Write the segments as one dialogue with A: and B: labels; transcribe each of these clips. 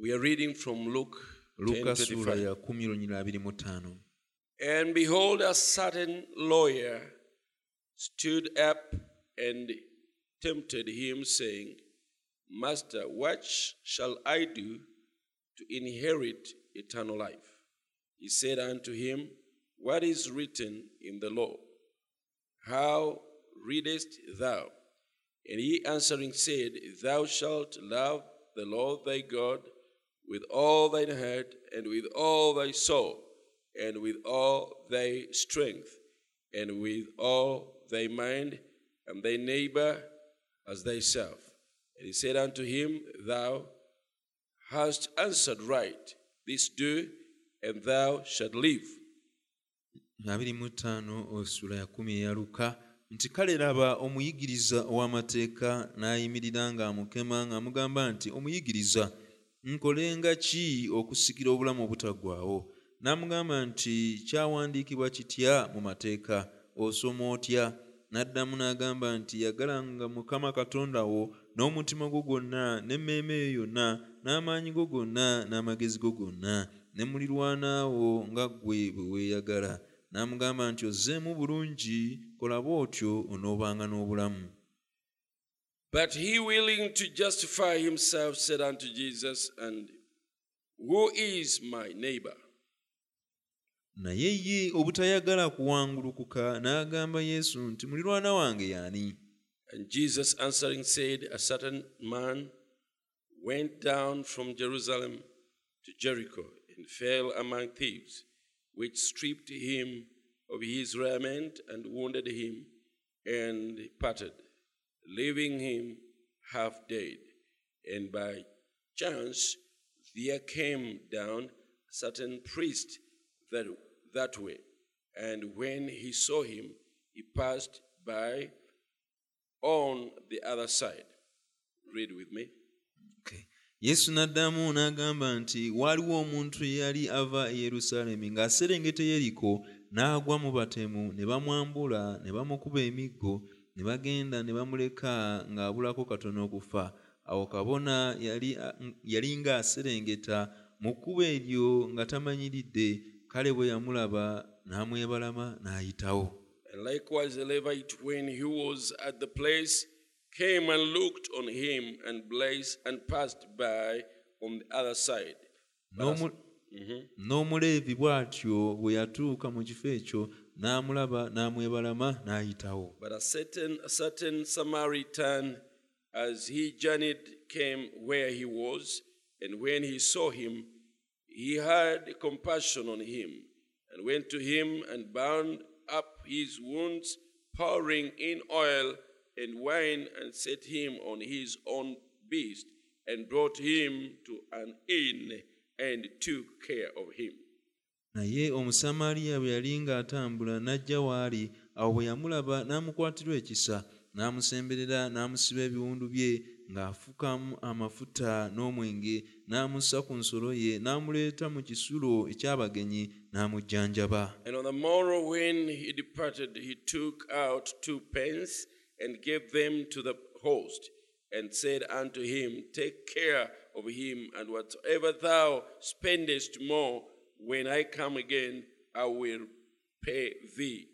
A: We are reading from Luke
B: luka
A: 10:35.
B: sula ya 1 lunyira 25
A: And behold, a certain lawyer stood up and tempted him, saying, Master, what sh- shall I do to inherit eternal life? He said unto him, What is written in the law? How readest thou? And he answering said, Thou shalt love the Lord thy God with all thine heart, and with all thy soul, and with all thy strength, and with all thy mind, and thy neighbor as thyself. And he said unto him, Thou hast answered right, this do, and thou shalt live.
B: 25 osula oh, ya 1 eya luka nti kale laba omuyigiriza ow'amateeka n'ayimirira ng'amukema ng'amugamba nti omuyigiriza nkolenga ki okusikira obulamu obutaggwaawo n'amugamba nti kyawandiikibwa kitya mu mateeka osoma otya n'addamu n'agamba nti yagalanga mukama katonda wo n'omutima gwo gwonna n'emmeeme yo yonna n'amaanyi go gonna n'amagezi go gonna ne muliraana wo nga ggwe bwe weeyagala n'amugamba nti ozzeemu bulungi kola bw'otyo onoobanga n'obulamu
A: But he, willing to justify himself, said unto Jesus, And who is my neighbor?
B: naye ye obutayagala kuwangulukuka n'agamba yesu nti muliraana wange y'ani
A: And Jesus answering said, A certain man went down from Jerusalem to Jericho and fell among thieves, which stripped him of his raiment and wounded him and parted, leaving him half dead. And by chance there came down a certain priest that, that way. And when he saw him, he passed by on the other side. Read with me.
B: Okay. yesu n'addamu n'agamba nti waaliwo omuntu eyali ava e yerusaalemi ng'aserengeta e yeriko n'agwa mu batemu ne bamwambula ne bamukuba emiggo ne bagenda ne bamuleka ng'abulako katono okufa awo kabona yali, yali ng'aserengeta mu kkubo eryo nga tamanyiridde kale bwe yamulaba n'amwebalama n'ayitawo
A: And likewise, the Levite, when he was at the place, came and looked on him and blessed and passed by on the other side.
B: N'omu-
A: Mhm.
B: n'omuleevi bw'atyo bwe yatuuka mu kifo ekyo n'amulaba n'amwebalama n'ayitawo
A: But a certain, a certain Samaritan, as he journeyed, came where he was, and when he saw him, he had compassion on him, and went to him and bound up his wounds, pouring in oil and wine, and set him on his own beast, and brought him to an inn, and took care of him.
B: naye omusamaliya bwe yali ng'atambula n'ajja waali awo bwe yamulaba n'amukwatirwa ekisa n'amusemberera n'amusiba ebiwundu bye ng'afukamu amafuta n'omwenge n'amussa ku nsolo ye n'amuleeta mu kisulo eky'abagenyi n'amujjanjaba
A: And on the morrow, when he departed, he took out two pence and gave them to the host, and said unto him, Take care of him, and whatsoever thou spendest more, when I come again, I will pay thee.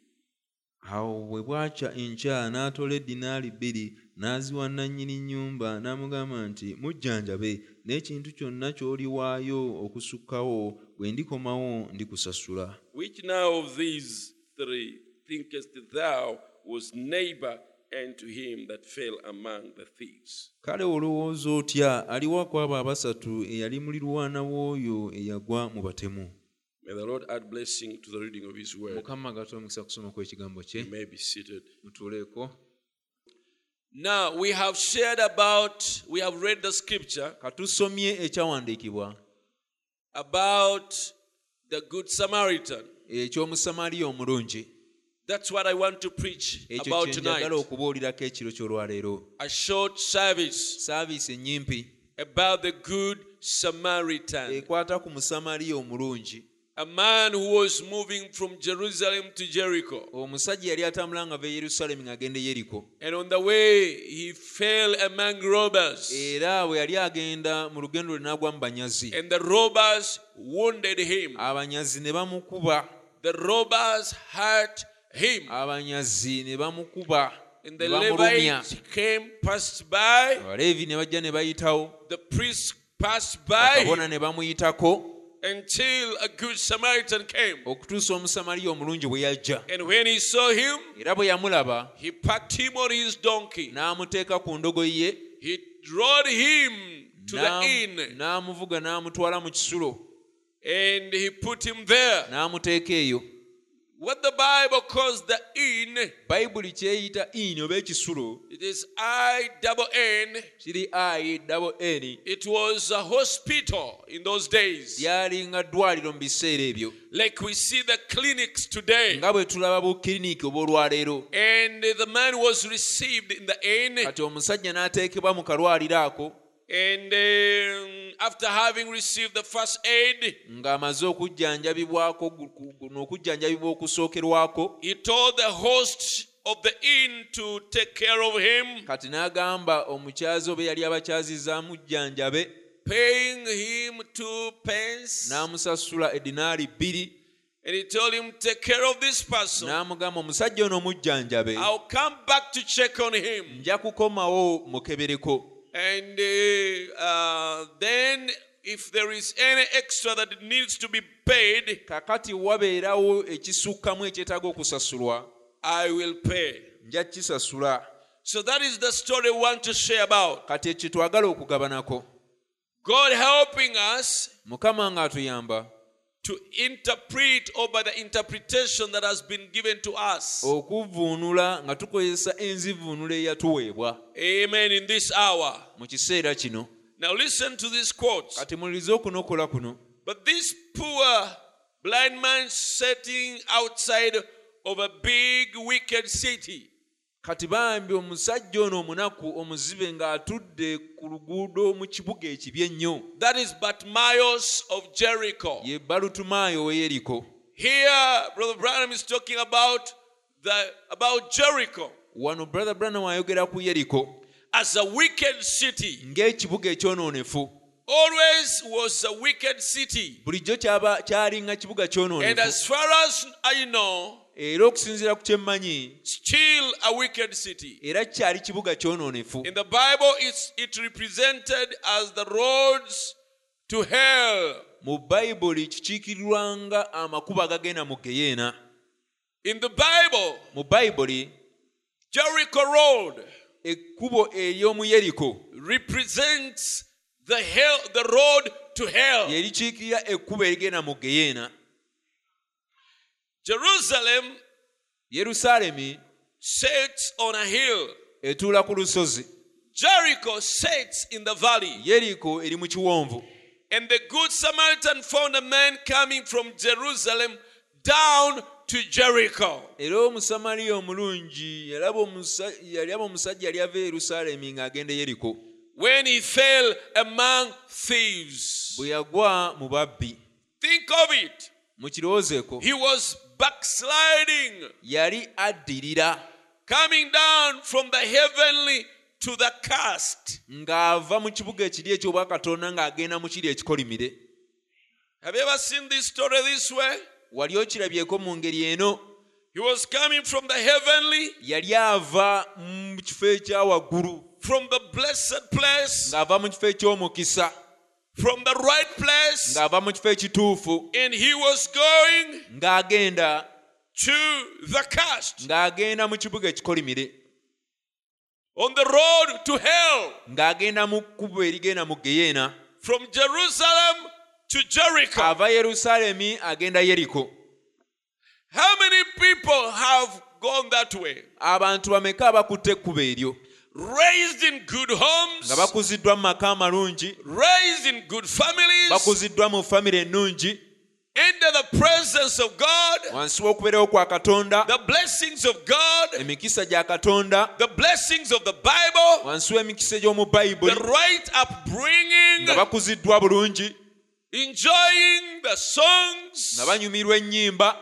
B: awo bwe bwakya enkya n'atola eddinaali bbiri n'aziwa nannyini nnyumba n'amugamba nti mujjanjabe n'ekintu kyonna ky'oliwaayo okusukkawo bwe ndikomawo ndikusasula
A: Which now of these three thinkest thou was neighbor unto him that fell among the thieves?
B: kale olowooza otya aliwa ku abo abasatu eyali mulirawana w'oyo eyagwa mu batemu
A: May the Lord add blessing to the reading of his word.
B: mukama gata omukisa kusoma kw'ekigambo kye
A: You may be seated.
B: mutuuleeko
A: Now we have shared about, we have read the scripture
B: katusomye ekyawandiikibwa
A: about the Good Samaritan.
B: eky'omusamaliya omulungi
A: That's what I want to preach
B: ekyo
A: about tonight.
B: kyenjagala okubuulirako ekiro ky'olwaleero
A: A short service
B: saaviisi ennyimpi
A: about the Good Samaritan.
B: ekwata ku musamaliya omulungi
A: a man who was moving from Jerusalem to Jericho.
B: omusajja yali atambula nga va e yerusaalemi ng'agenda e yeriko
A: And on the way, he fell among robbers.
B: era bwe yali agenda mu lugendo lwe n'agwa mu banyazi
A: And the robbers wounded
B: Ah.
A: him.
B: abanyazi ne bamukuba
A: The robbers hurt him.
B: Ah. abanyazi ne bamukuba
A: And
B: ne
A: the
B: bamulumya
A: Levites came, passed by.
B: abaleevi ne bajja ne bayitawo
A: The priests passed by
B: bakabona ne bamuyitako
A: until a good Samaritan came.
B: okutuusa omusamaliya omulungi bwe yajja
A: And when he saw him,
B: era bwe yamulaba
A: he packed him on his donkey.
B: n'amuteeka ku ndogoyi ye
A: He rode him to the
B: n'amu-
A: inn
B: n'amuvuga n'amutwala mu kisulo
A: and he put him there.
B: n'amuteeka eyo
A: What the Bible calls the inn,
B: bayibuli kyeyita ini oba ekisulo
A: it is I double N.
B: kiri ayi dabo eni
A: It was a hospital in those days.
B: lyalinga ddwaliro mu biseera ebyo
A: Like we see the clinics today.
B: nga bwe tulaba bu kiriniki obw'olwaleero
A: And the man was received in the inn.
B: kati omusajja n'ateekebwa mu kalwaliro ako
A: And um, after having received the first aid,
B: ng'amaze okujjanjabibwako gu- gu- gu- n'okujjanjabibwa okusookerwako
A: he told the host of the inn to take care of him,
B: kati n'agamba omukyazi oba yali abakyazizaamu jjanjabe
A: paying him two pence.
B: n'amusasula edinaali bbiri
A: And he told him, Take care of this person.
B: n'amugamba omusajja ono omujjanjabe
A: I'll come back to check on him.
B: nja kukomawo mukebereko
A: And uh, uh, then, if there is any extra that needs to be paid,
B: kakati wabeerawo ekisukkamu ekyetaaga okusasulwa
A: I will pay.
B: nja kukisasula
A: So that is the story we want to share about.
B: kati ekyo twagala okugabanako
A: God helping us
B: mukama ng'atuyamba
A: to interpret or by the interpretation that has been given to us.
B: Oh. okuvvuunula nga tukozesa enzivuunula eyatuweebwa
A: Amen. In this hour.
B: mu kiseera kino
A: Now listen to these quotes.
B: kati mulirize okunokola kuno
A: But this poor blind man sitting outside of a big wicked city
B: kati bambi omusajja ono omunaku omuzibe ng'atudde ku luguudo mu kibuga ekibi ennyo
A: that is but miles of Jericho.
B: ye balutumaayo weyeriko
A: Here, Brother Branham is talking about the about Jericho
B: wano brother branam ayogera ku yeriko
A: as a wicked city.
B: ng'ekibuga ekyonoonefu
A: Always was a wicked city.
B: bulijjo kyaba- kyalinga kibuga
A: And
B: kyonoonefu
A: as far as I know,
B: era okusinziira ku kyemmanyi
A: still a wicked city.
B: era kyali kibuga kyonoonefu
A: In the Bible, it's, it represented as the roads to hell.
B: mu bayibuli kikiikirirwanga amakubo agagenda mu geyeena
A: In the Bible,
B: mu bayibuli
A: Jericho Road
B: ekkubo ery'omu yeriko
A: represents the hell, the road to hell.
B: lye likiikirira ekkubo erigenda mu geyeena
A: Jerusalem
B: yerusaalemi
A: sits on a hill.
B: etuula ku lusozi
A: Jericho sits in the valley.
B: yeriko eri mu kiwonvu
A: And the good Samaritan found a man coming from Jerusalem down to Jericho.
B: era omusamaliya omulungi yalaba omusa- yalaba omusajja yali ava e yerusaalemi ng'agenda e yeriko
A: When he fell among thieves.
B: bwe yagwa mu babbi
A: Think of it.
B: mukirowoozeeko
A: He was backsliding,
B: yali addirira
A: coming down from the heavenly to the cast.
B: ng'ava mu kibuga ekiri eky'obwakatonda ng'agenda mu kiri ekikolimire
A: Have you ever seen this story this way?
B: wali okirabyeko mu ngeri eno
A: He was coming from the heavenly,
B: yali ava mu kifo ekya waggulu
A: from the blessed place,
B: ng'ava mu kifo eky'omukisa
A: from the right place,
B: ng'ava mu kifo ekituufu
A: and he was going
B: ng'agenda
A: to the cast,
B: ng'agenda mu kibuga ekikolimire
A: on the road to hell,
B: ng'agenda mu kkubo erigenda mu geyeena
A: from Jerusalem to Jericho.
B: ava yerusaalemi agenda yeriko
A: How many people have gone that way?
B: abantu bameka abakutte ekkubo eryo
A: Raised in good
B: nga
A: homes,
B: bakuziddwa mu maka amalungi
A: raised in good families,
B: bakuziddwa mu famire ennungi
A: under the presence of God,
B: wansi w'okubeerawo kwa katonda
A: the blessings of God,
B: emikisa gya katonda
A: the blessings of the Bible,
B: wansi w'emikisa egy'omu
A: the
B: bayibuli
A: right
B: nga
A: upbringing,
B: bakuziddwa bulungi
A: enjoying the
B: nga
A: songs
B: banyumirwa ennyimba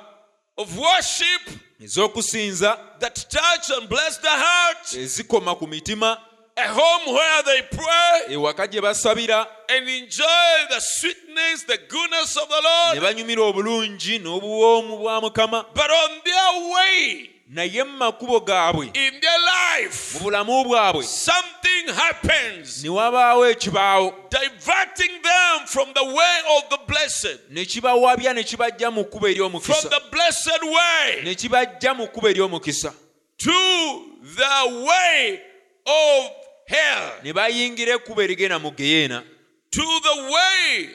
A: of worship
B: ez'okusinza
A: that touch and bless the heart,
B: ezikoma ku mitima
A: a home where they pray
B: ewaka gye basabira
A: and enjoy the sweetness, the goodness of the
B: ne
A: Lord.
B: banyumira obulungi n'obuwoomu bwa mukama
A: But on their way
B: naye mu makubo gaabwe
A: in their
B: mu
A: life,
B: bulamu bwabwe
A: something happens,
B: ne wabaawo ekibaawo
A: diverting them from the way of the blessed,
B: ne kibawabya ne kibajja mu kkubo
A: from
B: ery'omukisa
A: the blessed way
B: ne kibajja mu kkubo ery'omukisa
A: to the way of hell,
B: ne bayingira ekkubo erigenda mu geyeena
A: to the way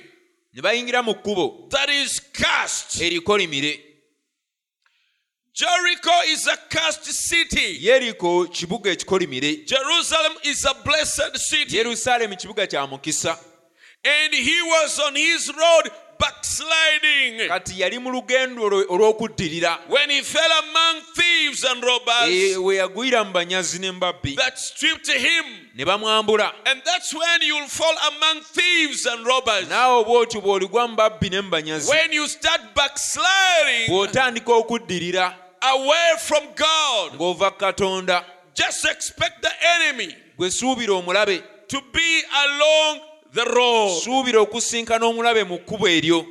B: ne bayingira mu kkubo
A: that is cast.
B: erikolimire
A: Jericho is a cast city.
B: yeriko kibuga ekikolimire
A: Jerusalem is a blessed city.
B: yerusaalemu kibuga kya mukisa
A: And he was on his road backsliding
B: kati yali mu lugendo olwo- olw'okuddirira
A: when he fell among thieves and
B: E,
A: robbers
B: we yagwira mu banyazi n'embabbi
A: that stripped him.
B: ne bamwambula
A: And that's when you'll fall among thieves and robbers.
B: naawe bw'otyo bw'oligwa mu babbi ne mu banyazi
A: When you start backsliding
B: bw'otandika okuddirira
A: away from God,
B: ng'ova ku katonda
A: just expect the enemy
B: gwe suubira omulabe
A: to be along the road.
B: suubira okusinkana omulabe mu kkubo eryo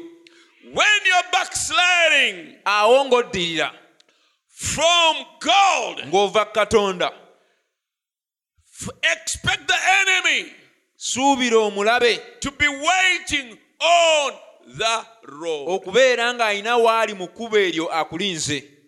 A: When you're backsliding
B: awo ng'oddirira
A: from God,
B: ng'ova ku katonda
A: f- expect the enemy
B: suubira omulabe
A: to be waiting on the road.
B: okubeera ng'alina waali mu kkubo eryo akulinze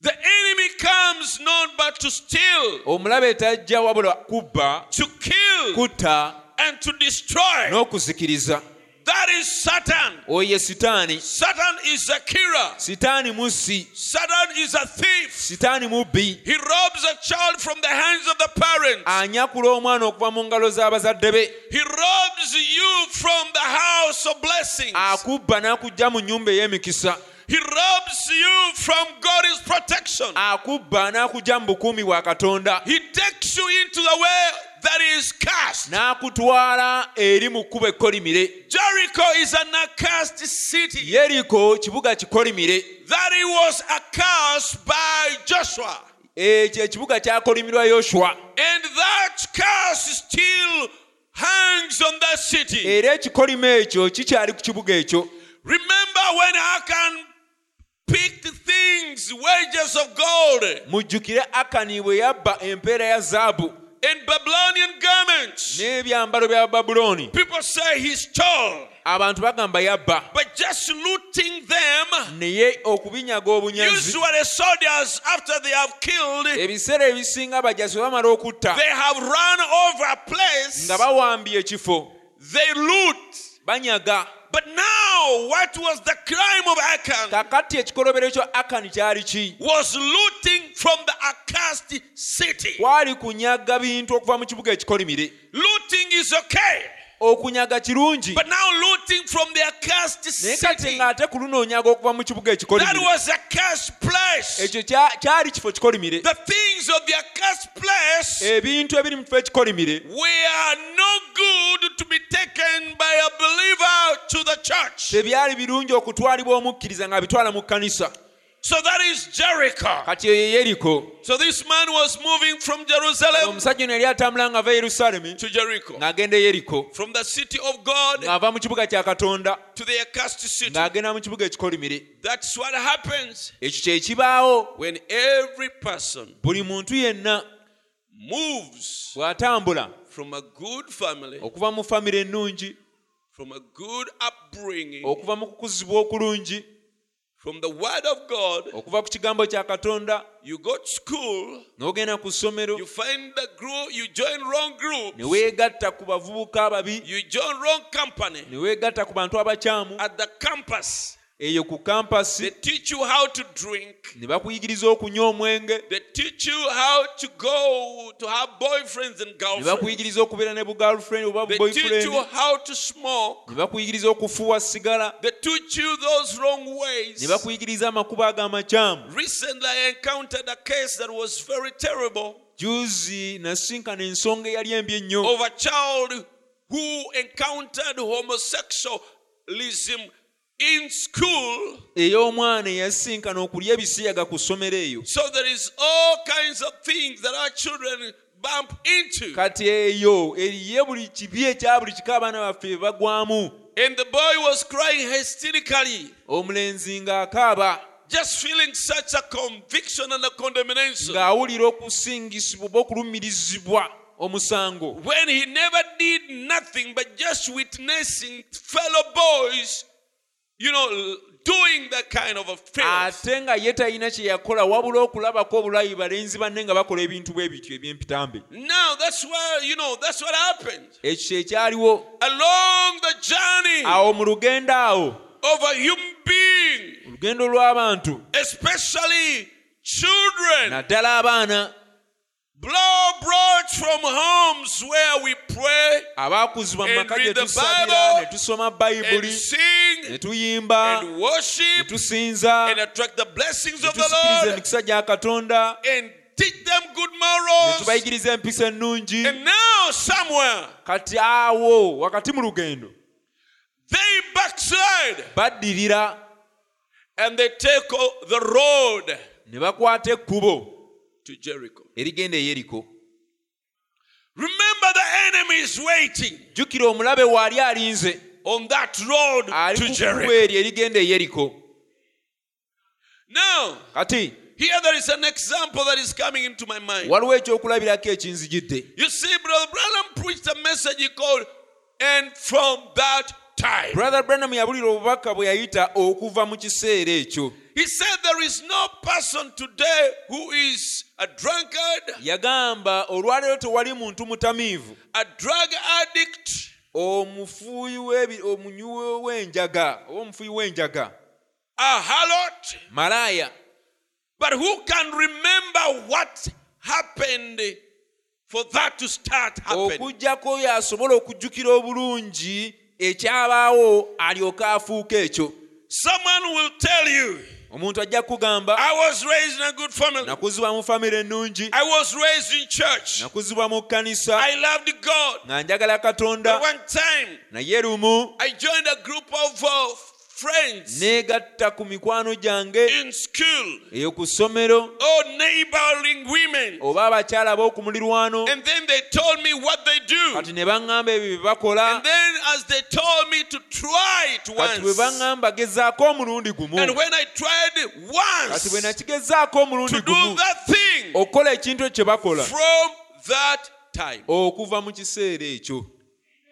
A: The enemy comes not but to steal,
B: omulabe tajja wabula kubba
A: to kill,
B: kutta
A: and to destroy.
B: n'okuzikiriza
A: That is Satan.
B: oyo ye sitaani
A: Satan is a killer.
B: sitaani mussi
A: Satan is a thief.
B: sitaani mubbi
A: He robs a child from the hands of the
B: Ah.
A: parents.
B: anyakula omwana okuva mu ngalo z'abazadde be
A: He robs you from the house of blessings.
B: akubba n'akujja mu nnyumba ey'emikisa
A: He robs you from God's protection.
B: akubba n'akujja mu bukuumi bwa katonda
A: He takes you into the way that is cast.
B: n'akutwala eri mu kkubo ekkolimire
A: Jericho is an accursed city
B: yeriko kibuga kikolimire
A: that it was accursed by Joshua.
B: ekyo ekibuga kyakolimirwa yoswa
A: And that curse still hangs on that city.
B: era ekikolimo ekyo kikyali ku kibuga ekyo
A: Remember when Achan picked things, wages of gold,
B: mujjukire akani bwe yabba empeera ya zaabu
A: and Babylonian garments.
B: n'ebyambalo bya babulooni
A: People say he stole,
B: abantu bagamba yabba
A: but just looting them.
B: naye okubinyaga obunyazi
A: Usually, soldiers, after they have killed,
B: ebiseera ebisinga abajasi bwe bamala okutta
A: they have run over a place,
B: nga bawambye ekifo
A: they loot.
B: banyaga
A: But now, what was the crime of Achan?
B: kakati ekikolobero ekyo akani kyali ki
A: Was looting from the accursed city.
B: kwali kunyaga bintu okuva mu kibuga ekikolimire
A: Looting is okay,
B: okunyaga kirungi
A: but now looting from the accursed
B: naye kati
A: city.
B: ng'ate kununoonyaga okuva mu kibuga
A: That
B: ekikolimire
A: was a cursed place.
B: ekyo kya- kyali kifo kikolimire
A: The things of the accursed place
B: ebintu ebiri mu kifo ekikolimire
A: were no good to be taken by a believer to the church.
B: tebyali birungi okutwalibwa omukkiriza ng'abitwala mu kkanisa
A: So that is Jericho.
B: kati eyo yeriko
A: So this man was moving from Jerusalem
B: omusajja ono yali atambula ng'ava e yerusaalemi
A: to Jericho,
B: ng'agenda e yeriko
A: from the city of God
B: ng'ava mu kibuga kya katonda
A: to the accursed city.
B: ng'agenda mu kibuga ekikolimire
A: That's what happens
B: ekyo kyekibaawo
A: when every person
B: buli muntu yenna
A: moves
B: bw'atambula
A: from a good family,
B: okuva mu famire ennungi
A: from a good upbringing,
B: okuva mu kukuzibwa okulungi
A: from the Word of God.
B: okuva ku kigambo kya katonda
A: You go to school,
B: n'ogenda ku ssomero
A: you find the group, you join wrong
B: ne
A: group,
B: weegatta ku bavubuka ababi
A: you join wrong company.
B: ne weegatta ku bantu abakyamu
A: At the campus,
B: eyo ku
A: they
B: kampasi
A: teach you how to drink.
B: ne bakuyigiriza okunywa omwenge
A: They teach you how to go to have boyfriends and
B: ne
A: girlfriends.
B: bakuyigiriza okubeera ne bugirlfriend oba
A: They teach
B: boyfriend
A: you how to smoke.
B: ne bakuyigiriza okufuuwa sigala
A: They teach you those wrong
B: ne
A: ways.
B: bakuyigiriza amakubo ag'amakyamu
A: Recently, I encountered a case that was very terrible
B: juzi nasinkana
A: Oh.
B: ensonga eyali embi ennyo
A: of a child who encountered homosexual alcoholism in school.
B: ey'omwana eyasinkana okulya ebisiyaga ku ssomero eyo
A: So there is all kinds of things that our children bump into.
B: kati eyo eriye buli kibi ekya buli kika abaana baffe bye bagwamu
A: And the boy was crying hysterically,
B: omulenzi ng'akaaba
A: just feeling such a conviction and a condemnation
B: ng'awulira okusingisibwa oba okulumirizibwa omusango
A: when he never did nothing but just witnessing fellow boys, you know, l- doing that kind of a fail.
B: ate nga ye talina kye yakola wabula okulabako obulayi balenzi banne nga bakola ebintu bwe bityo eby'empitambi
A: Now that's why, you know, that's what happened.
B: ekyo kyekyaliwo
A: Along the journey
B: awo mu lugendo awo
A: of a human being,
B: olugendo lw'abantu
A: especially children,
B: naddala abaana
A: blow brought from homes where we pray
B: abaakuzibwa mu maka
A: And
B: gye
A: read the
B: tusabira
A: Bible,
B: ne tusoma
A: and
B: bayibuli ne
A: sing
B: tuyimba
A: and
B: ne
A: worship
B: tusinza
A: and attract the blessings
B: ne
A: of the
B: tusikiriza
A: Lord
B: emikisa gya katonda
A: and teach them good
B: ne
A: morals.
B: tubayigiriza empisa ennungi
A: And now, somewhere,
B: kati awo wakati mu lugendo
A: they backslide
B: baddirira
A: and they take o- the road
B: ne bakwata ekkubo
A: to Jericho.
B: erigenda e eyeriko
A: Remember, the enemy is waiting
B: jjukira omulabe waali alinze
A: on that road
B: ali
A: to
B: ku kkubo
A: Jericho.
B: eryo erigenda e eyeriko
A: Now,
B: kati
A: here there is an example that is coming into my mind.
B: waliwo ekyokulabirako ekinzijidde
A: You see, Brother Branham preached a message he called, and from that time,
B: brother branham yabulira obubaka bwe yayita okuva mu kiseera ekyo
A: he said, There is no person today who is a drunkard,
B: yagamba olwaleero tewali muntu mutamiivu
A: a drug addict,
B: omufuuyi w'ebi- omunywi w'enjaga oba omufuuyi w'enjaga
A: a harlot,
B: malaaya
A: but who can remember what happened for that to start happening?
B: okugjako y'asobola okujjukira obulungi ekyabaawo alyoke afuuka ekyo
A: Someone will tell you,
B: omuntu ajja kugamba
A: I was raised in a good family,
B: nakuzibwa mu famire ennungi
A: I was raised in church,
B: nakuzibwa mu kkanisa
A: I loved God.
B: nga njagala
A: But
B: katonda
A: one time,
B: naye lumu
A: I joined a group of uh, friends
B: neegatta ku mikwano gyange
A: in school,
B: eyo ku ssomero
A: all neighboring women.
B: oba abakyala b'okumulirwano
A: And then they told me what they do.
B: kati ne baŋŋamba ebyo bye bakola
A: And then, as they told me to try it
B: kati bwe
A: once,
B: baŋŋamba gezaako omulundi gumu
A: and when I tried
B: kati
A: once
B: bwe
A: to
B: nakigezaako omulundi
A: do
B: gumu
A: that thing
B: okukola ekintu ekyo kye bakola
A: from that time.
B: okuva mu kiseera ekyo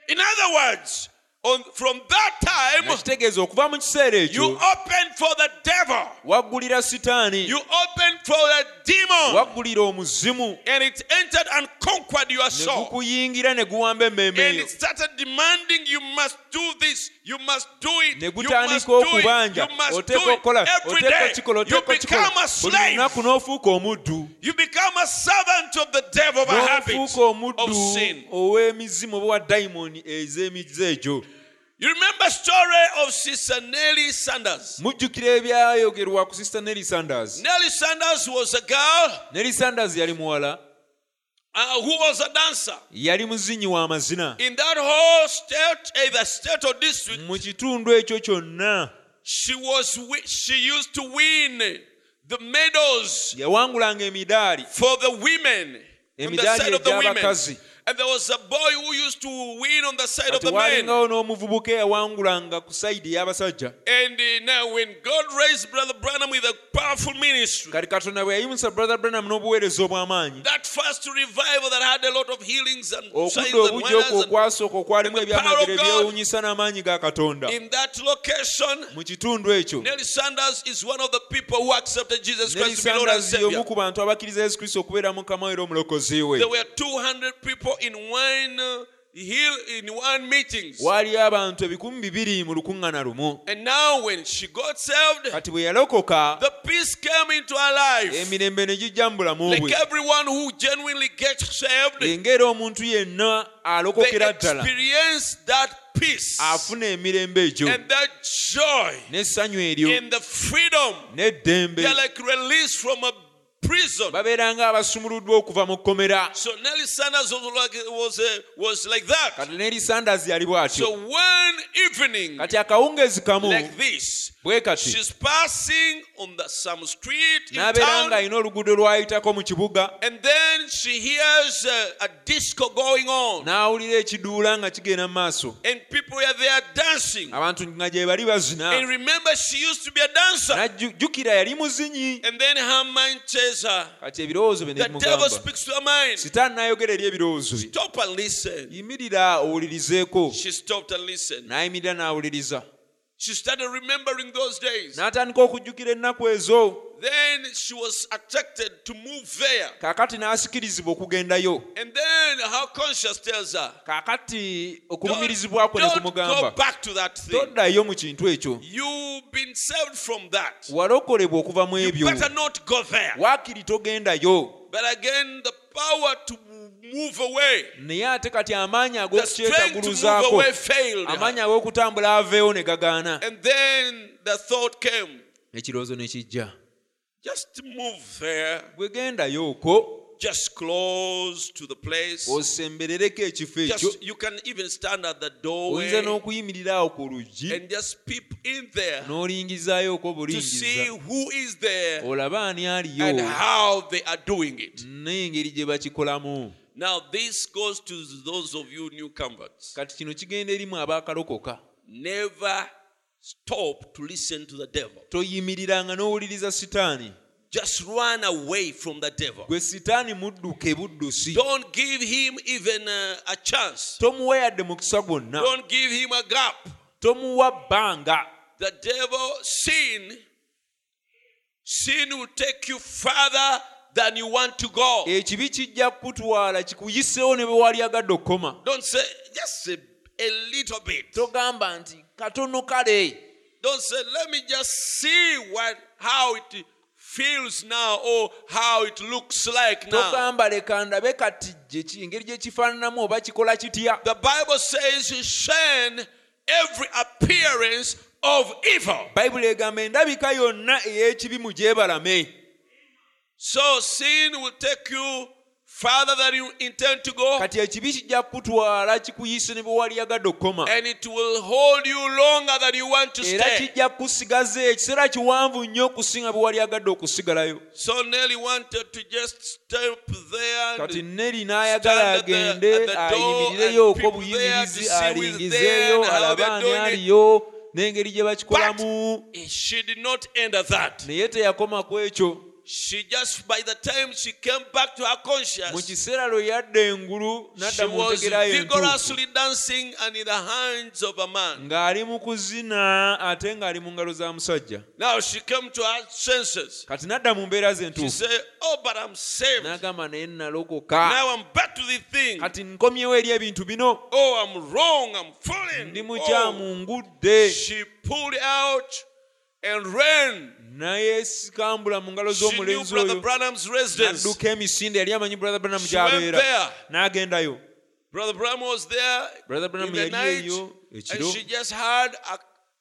A: In other words, on, from that time,
B: nakitegeeza okuva mu kiseera
A: you
B: ekyo
A: open for the devil,
B: waggulira sitaani
A: you open for the demon,
B: waggulira omuzimu
A: and it entered and conquered your
B: ne
A: soul.
B: gukuyingira ne guwamba emmeme
A: And
B: eyo
A: it started demanding, you must do this, you must do it,
B: ne
A: you must
B: gutandika
A: do it,
B: okubanja
A: you must do
B: oteeka okukola
A: it every
B: oteeka
A: day.
B: okikola
A: You
B: oteeka okikola
A: become a
B: buli
A: slave.
B: lunaku n'ofuuka omuddu
A: You become a servant of the devil by habit
B: n'ofuuka
A: of
B: omuddu
A: sin.
B: ow'emizimu oba wa dayimoni ez'emizizo egyo
A: You remember story of Sister Nellie Sanders.
B: mujjukira ebyayogerwa ku sisita nery sanders
A: Nellie Sanders was a girl
B: nery sanders yali muwala
A: uh, who was a dancer.
B: yali muzinyi w'amazina
A: In that whole state, either state or district,
B: mu kitundu ekyo kyonna
A: she was wi- she used to win the medals
B: yawangulanga emidaali
A: for the women on the
B: Emidaali
A: side of the women.
B: egy'abakazi.
A: And there was a boy who used to win on the side of
B: kati
A: the men.
B: waalingawo n'omuvubuka eyawangulanga ku sayidi ey'abasajja
A: And uh, now, when God raised Brother Branham with a powerful ministry,
B: kati katonda bwe yayimusa brother branham n'obuweereza obw'amaanyi
A: that first revival that had a lot of healings and signs
B: okudda
A: and
B: obujja
A: wonders,
B: okwo
A: and
B: okwasooka okwalimu
A: And the power of
B: ebyamagero
A: God-
B: ebyewuunyisa n'amaanyi ga katonda
A: in that location,
B: mu kitundu ekyo
A: Nelly Sanders is one of the people who accepted Jesus
B: nery
A: Christ to be Lord and
B: sanders y'omu
A: Savior.
B: ku bantu abakkiriza yesu kristo okubeera mukama era omulokozi we
A: There were 200 people in one uh, hill in one meetings.
B: waaliyo abantu ebikumi bibiri mu lukuŋŋaana lumu
A: And now, when she got saved,
B: kati bwe yalokoka
A: the peace came into her life.
B: emirembe ne gijja mu bulamu bwe
A: Like everyone who genuinely gets saved,
B: ng'era omuntu yenna
A: they
B: alokokera ddala
A: experience that peace
B: afuna emirembe egyo
A: and that joy
B: n'essanyu eryo
A: and the freedom.
B: n'eddembe
A: They're like released from a prison.
B: babeera nga abasumuluddwa okuva mu kkomera
A: So Nelly Sanders was like, was, uh, was like that.
B: kati nery sanders yali bw'atyo
A: So one evening,
B: kati akawungeezi kamu
A: like this.
B: bwe kati
A: She's passing on the, some street in
B: n'abeera
A: town,
B: ng'alina oluguudo lw'ayitako mu kibuga
A: and then she hears a, a disco going on,
B: n'awulira ekiduula nga kigenda mu maaso
A: and people are there dancing.
B: abantu nga gye bali bazina
A: And remember, she used to be a dancer.
B: najjukira yali muzinyi
A: And then her mind tells her,
B: kati ebirowoozo bye ne
A: the devil
B: bimugamba
A: speaks to her mind.
B: sitaani n'ayogera eri ebirowoozo bye
A: Stop and listen.
B: yimirira owulirizeeko
A: She stopped and listened.
B: n'ayimirira n'awuliriza
A: She started remembering those days.
B: n'atandika okujjukira ennaku ezo
A: Then she was attracted to move there.
B: kaakati n'asikirizibwa okugendayo
A: And then her conscience tells her,
B: kaakati okulumirizibwa
A: don't,
B: kwe ne
A: don't go
B: kumugamba
A: back to that thing.
B: toddayo mu kintu ekyo
A: You've been saved from that.
B: walokolebwa okuva mu
A: You
B: ebyo
A: better not go there.
B: waakiri togendayo
A: But again, the power to move away,
B: naye ate kati amaanyi
A: the strength to move
B: ag'okukyetaguluzaako
A: away failed. her.
B: amaanyi ag'okutambula aveewo ne gagaana
A: And then the thought came,
B: ekirowoozo ne kijja
A: just move there,
B: bwe gendayo okwo
A: just close to the place.
B: osemberereko ekifo ekyo
A: Just you can even stand at the
B: oyinza
A: doorway
B: n'okuyimirira awo ku luggi
A: and just peep in there
B: n'olingizaayoko
A: to see
B: bulingiza
A: who is there
B: olabe ani
A: and
B: aliyo
A: how they are doing it.
B: n'engeri gye bakikolamu
A: Now, this goes to those of you newcomers.
B: kati kino kigenda erimu abaakalokoka
A: Never stop to listen to the devil.
B: toyimiriranga n'owuliriza sitaani
A: Just run away from the devil.
B: gwe sitaani mudduke buddusi
A: Don't give him even a, a chance.
B: tomuwa yadde mukisa gwonna
A: Don't give him a gap.
B: tomuwa bbanga
A: The devil, sin, sin will take you further than you want to go.
B: ekibi kijja kukutwala kikuyiseewo ne bwe walyagadde okukoma
A: Don't say just a, a little bit.
B: togamba nti katono kale
A: Don't say, let me just see what how it feels now or how it looks like now.
B: togamba leka ndabe kati gye ki- engeri gye kifaananamu oba kikola kitya
A: The Bible says you shun every appearance of evil.
B: bayibuli egamba endabika yonna ey'ekibi mugyebalame
A: So sin will take you farther than you intend to go,
B: kati ekibi kijja kukutwala kikuyise ne bwe walyagadde okukoma
A: and it will hold you longer than you want to
B: era
A: stay.
B: kijja kusigaza ekiseera kiwanvu nnyo okusinga bwe wali agadde okusigalayo
A: So Nelly wanted to just step there.
B: kati
A: And
B: neri n'ayagala
A: Stand at the-
B: agende
A: at the door
B: ayimirireyo
A: and
B: okwo
A: people there to
B: buyimirizi
A: see who is
B: alingizeeyo
A: there and how
B: alabe
A: they're
B: ani
A: doing it.
B: aliyo n'engeri gye bakikolamu
A: she did not end at that.
B: naye teyakoma ku ekyo
A: She just, by the time she came back to her
B: mu
A: conscience,
B: kiseera lwe yadda engulu
A: she
B: n'adda mu
A: was
B: ntegerayo entuufu
A: vigorously dancing and in the hands of a man.
B: ng'ali mu kuzina ate ng'ali mu ngalo za musajja
A: Now she came to her senses.
B: kati n'adda mu mbeera
A: She
B: z'entuufu
A: said, Oh, but I'm saved.
B: n'agamba naye nalokoka
A: Now I'm back to the thing.
B: kati nkomyewo eri ebintu bino
A: Oh, I'm wrong. I'm falling.
B: ndi
A: Oh.
B: mukyamu ngudde
A: She pulled out and ran.
B: nayesikambula mu ngalo
A: She knew
B: z'omulenzi
A: Brother
B: oyo
A: Branham's residence.
B: n'adduka emisinde yali amanyi brother branam
A: She went
B: gy'abeera
A: there.
B: n'agendayo
A: Brother Branham was there
B: Brother Branham
A: in the
B: yali
A: night,
B: eyo e
A: and
B: ekiro.
A: she just heard a,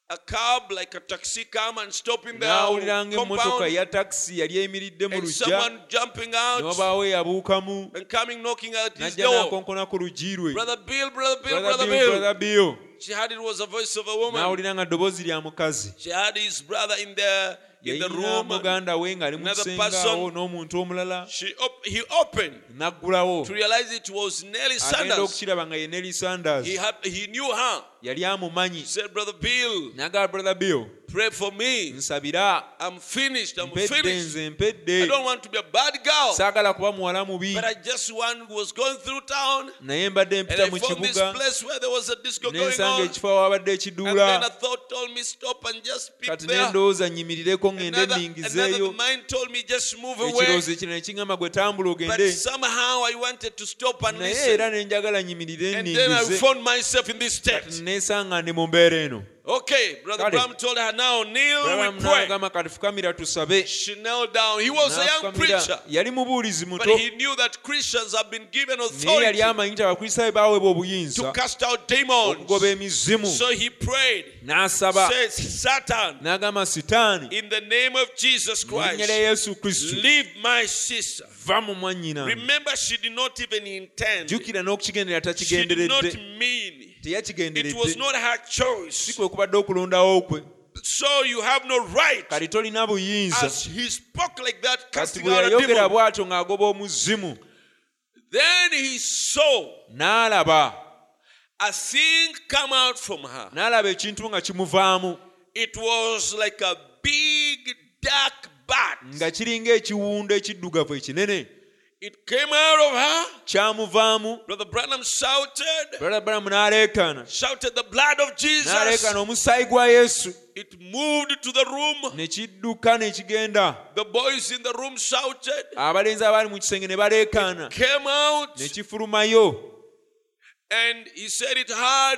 A: a cab like a taxi come and stop in the
B: n'awuliranga emmotoka
A: compound,
B: ya takisi yali eyimiridde mu
A: and
B: lujja
A: someone jumping out
B: n'obaawo eyabuukamu
A: and coming knocking at his
B: n'ajja
A: door.
B: n'akonkona ku luggi lwe
A: Brother Bill, brother Bill,
B: Brother
A: brother
B: Bill,
A: Bill.
B: brother Bill.
A: She heard it was a voice of a woman.
B: n'awuliranga ddoboozi lya mukazi
A: She heard his brother in the in the
B: yayina
A: room. and
B: muganda we ng'ali mu
A: another
B: kisengaawo
A: person.
B: n'omuntu omulala
A: She op- he opened
B: n'aggulawo
A: to realize it was Nelly
B: agenda
A: Sanders.
B: okukiraba nga ye neri
A: He,
B: sanders
A: had, he knew her.
B: yali
A: He
B: amumanyi
A: said, Brother Bill,
B: n'agamba brother bill
A: pray for me.
B: nsabira
A: I'm finished. I'm
B: mpedde
A: finished.
B: nze
A: I
B: mpedde
A: don't want to be a bad girl.
B: saagala kuba muwala mubi
A: Oh. But I just one was going through town
B: naye mbadde
A: and
B: mpita
A: I
B: mu
A: found this
B: kibuga
A: place where there was a disco
B: ne
A: going
B: nsanga
A: on.
B: ekifo awabadde
A: And then a
B: ekiduula
A: thought told me, stop and just peep
B: kati ne
A: there.
B: ndowooza nnyimireko ŋŋende
A: Another, another
B: nningizeeyo
A: mind told me, just move away.
B: ekirowoozo ekirala ekiŋŋamba gwe tambula
A: But
B: ogende
A: somehow I wanted to stop and
B: naye
A: listen.
B: era ne njagala nnyimirire
A: And then I
B: nningize
A: found myself in this state.
B: neesanga ndi mu mbeera eno
A: Okay, Brother
B: Got it.
A: Bram told her, now kneel,
B: Abraham
A: we pray.
B: n'agamba kati fukamira tusabe
A: Oh She knelt down. He was a young
B: N'afukamira.
A: preacher,
B: yali mubuulizi
A: but
B: muto
A: he knew that Christians have been given
B: naye yali
A: authority
B: amanyi nti abakristaayo baweebwa
A: to
B: obuyinza
A: cast out demons.
B: okugoba emizimu
A: So he prayed,
B: n'asaba
A: says, Satan,
B: n'agamba sitaani
A: in the name of Jesus
B: mu linnya
A: Christ,
B: lya yesu kristo
A: leave my sister.
B: va mu mwannyina
A: Remember, she did not even intend.
B: jjukira n'okukigendera
A: She did not
B: takigenderedde
A: mean. It was
B: teyakigenderedde
A: not her
B: si
A: choice.
B: kwe kubadde okulondawo kwe
A: So you have no right.
B: kati tolina buyinza
A: As he spoke like that,
B: kati
A: casting
B: bwe
A: out a
B: yayogera
A: demon,
B: bw'atyo ng'agoba omuzimu
A: then he saw
B: n'alaba
A: a thing come out from her.
B: n'alaba ekintu nga kimuvaamu
A: It was like a big dark
B: nga
A: bat.
B: kiringa ekiwundo ekiddugavu ekinene
A: It came out of her.
B: kyamuvaamu
A: Brother Branham shouted,
B: brother baramu n'aleekaana
A: shouted the blood of Jesus.
B: n'aleekaana omusaayi gwa yesu
A: It moved to the room.
B: ne kidduka ne kigenda
A: The boys in the room shouted,
B: abalenzi abaali mu kisenge ne baleekaana
A: came out,
B: ne kifulumayo
A: and he said it had,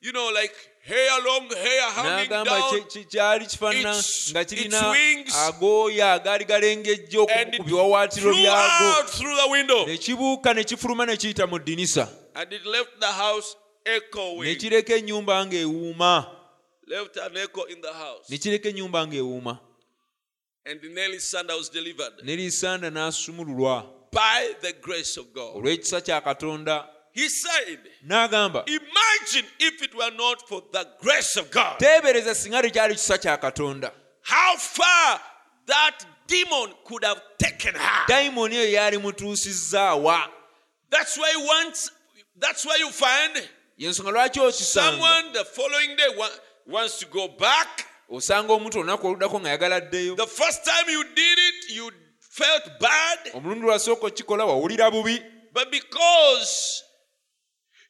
A: you know, like hair, long hair hanging
B: n'agamba
A: down.
B: kye- kye- kyali kifaanana
A: Its-
B: nga kirina
A: its wings.
B: agooya agaali galengejja
A: And
B: oku-
A: it
B: ku biwawaatiro
A: flew out
B: byago
A: through the window.
B: ne kibuuka ne kifuluma ne kiyita mu ddinisa
A: And it left the house
B: ne
A: echoing.
B: kireka ennyumba ng'ewuuma
A: Left an echo in the house.
B: ne kireka ennyumba ng'ewuuma
A: And Nelly Sander was delivered
B: ne lisanda n'asumululwa
A: by the grace of God.
B: olw'ekisa kya katonda
A: He said,
B: n'agamba
A: Imagine if it were not for the grace of God,
B: teebereza singa tekyali kisa kya katonda
A: how far that demon could have taken her.
B: dayimoni eyo yalimutuusizaawa
A: That's why once, that's why you find
B: yensonga lwaki okisanga
A: someone the following day wa- wants to go back.
B: osanga omuntu olunaku oludako nga yagala ddeyo
A: The first time you did it, you felt bad,
B: omulundi lwasooka okikola wawulira bubi
A: but because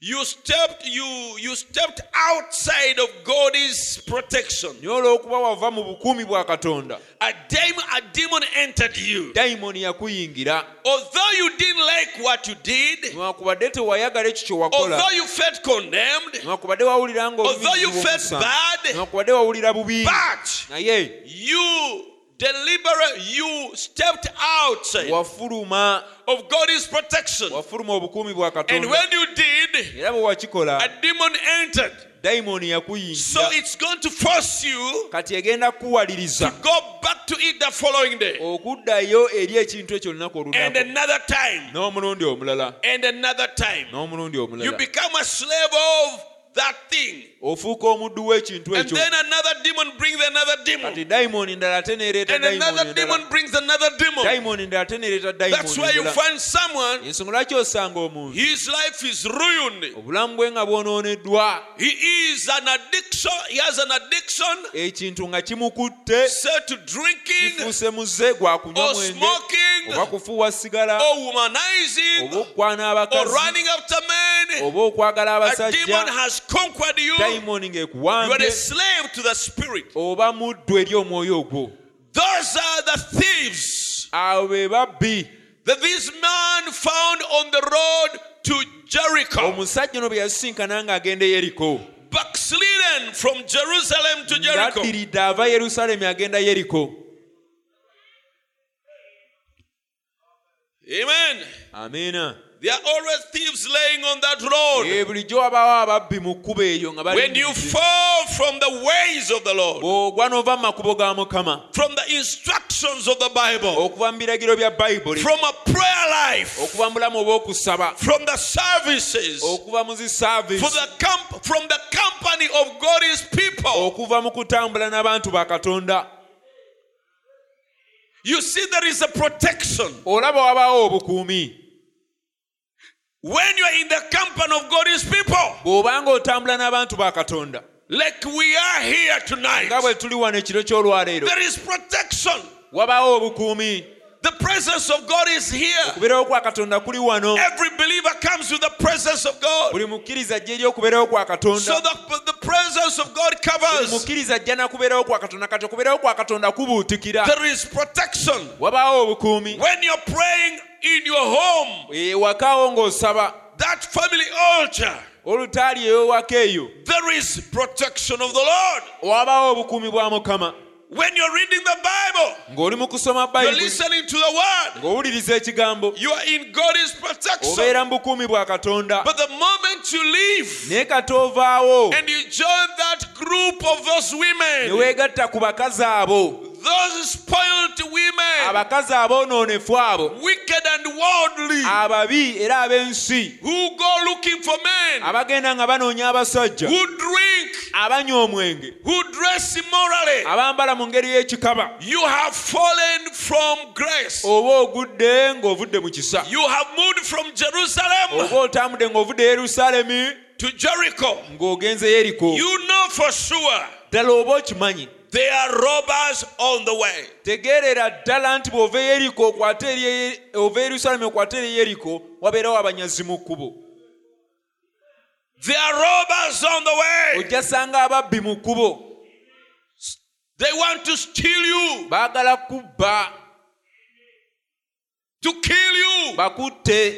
A: you stepped, you you stepped outside of God's protection.
B: naye olw'okuba wava mu bukuumi bwa katonda
A: A demon, a demon entered you.
B: dayimoni yakuyingira
A: Although you didn't like what you did,
B: newakubadde tewayagala ekyo kye wakola
A: although you felt condemned,
B: newakubadde wawulira nga
A: Although you
B: obuvunanyizibwa
A: felt
B: omusango,
A: bad,
B: newakubadde wawulira bubi
A: but
B: naye
A: you deliberate, you stepped outside
B: wafuluma
A: of God's protection.
B: wafuluma obukuumi bwa
A: And
B: katonda
A: when you did,
B: era bwe
A: a
B: wakikola
A: demon entered.
B: dayimoni
A: So
B: yakuyingira
A: it's going to force you
B: kati egenda
A: to
B: kukuwaliriza
A: go back to it the following
B: Oh,
A: day.
B: okuddayo eri ekintu ekyo olunaku
A: And
B: oludako
A: another time.
B: n'omulundi omulala
A: And another time.
B: n'omulundi
A: You
B: omulala
A: become a slave of that thing.
B: ofuuka omuddu w'ekintu
A: And
B: ekyo
A: then another demon brings another
B: kati
A: demon.
B: dayimoni ndala ate neereeta
A: And another
B: dayimoni
A: demon
B: endala
A: brings another demon.
B: dayimoni ndala ate neereeta
A: That's
B: dayimoni
A: why you
B: endala
A: find someone,
B: ensonga lwaki osanga omuntu
A: his life is ruined.
B: obulamu bwe nga bwonooneddwa
A: He is an addiction, he has an addiction
B: ekintu nga kimukutte
A: set to drinking
B: kifuuse muze gwa kunywa
A: or
B: mwenge oba
A: smoking
B: kufuuwa sigala
A: or Oh, womanizing
B: oba okukwana
A: or
B: abakazi
A: running after men.
B: oba okwagala
A: A demon
B: abasajja
A: has conquered you. You
B: dayimoni
A: are a
B: ng'ekuwambye
A: slave to the spirit.
B: oba muddu eri omwoyo ogwo
A: Those are the thieves.
B: abo be babbi
A: that this man found on the road to Jericho,
B: omusajja ono bwe yasisinkana ng'agenda e yeriko
A: backslidden from Jerusalem to Jericho.
B: ng'addiridde ava yerusaalemi agenda e yeriko
A: Amen.
B: amiina
A: There are always thieves laying on that road.
B: e bulijjo wabaawo ababbi mu kkubo eyo nga
A: When you fall from the ways of the Lord,
B: bw'ogwa n'ova mu makubo ga mukama
A: from the instructions of the Bible,
B: okuva mu biragiro bya bayibuli
A: from a prayer life,
B: okuva mu bulamu oba okusaba
A: from the services,
B: okuva mu zi
A: for
B: saaviisi
A: the camp, from the company of God's people,
B: okuva mu kutambula n'abantu ba katonda
A: you see there is a protection.
B: olaba wabaawo obukuumi
A: When you are in the company of God's people,
B: bw'obanga otambula n'abantu ba katonda
A: like we are here tonight,
B: nga bwe tuli wano ekiro ky'olwaleero
A: There is protection.
B: wabaawo obukuumi
A: The presence of God is here.
B: okubeerawo kwa katonda kuli wano
A: Every believer comes to the presence of God.
B: buli mukkiriza ajja eri okubeerawo kwa
A: So
B: katonda
A: the, the presence of God
B: buli
A: covers.
B: mukkiriza ajja nakubeerawo kwa katonda kati okubeerawo kwa katonda kubuutikira
A: There is protection.
B: wabaawo obukuumi
A: When you're praying in your home,
B: ewakaawo ng'osaba
A: that family altar,
B: olutaali ewewaka eyo
A: there is protection of the Lord.
B: wabaawo obukuumi bwa mukama
A: When you're reading the Bible,
B: ng'oli mu kusoma
A: you're
B: bayibuli
A: listening to the word,
B: ng'owuliriza ekigambo
A: you are in God's protection.
B: obeera mu bukuumi bwa katonda
A: But the moment you leave
B: naye katoovaawo
A: and you join that group of those
B: ne
A: women,
B: weegatta ku bakazi abo
A: those spoiled women,
B: abakazi aboononefu abo
A: wicked and worldly,
B: ababi era ab'ensi
A: who go looking for men,
B: abagenda nga banoonya abasajja
A: who drink,
B: abanywa omwenge
A: who dress immorally.
B: abambala mu ngeri y'ekikaba
A: You have fallen from grace.
B: oba ogudde ng'ovudde mu kisa
A: You have moved from
B: oba
A: Jerusalem
B: otambudde ng'ovudde e yerusaalemi
A: to Jericho.
B: ng'ogenze yeriko
A: You know for sure
B: ddala oba okimanyi
A: there are robbers on the way.
B: tegeerera ddala nti bw'ova e yeriko okwate eri e- ova e yerusaalemi okwate eri yeriko wabeerawo abanyazi mu kkubo
A: There are robbers on the way.
B: ojja sanga ababbi mu kkubo
A: They want to steal you,
B: baagala kubba
A: to kill you,
B: bakutte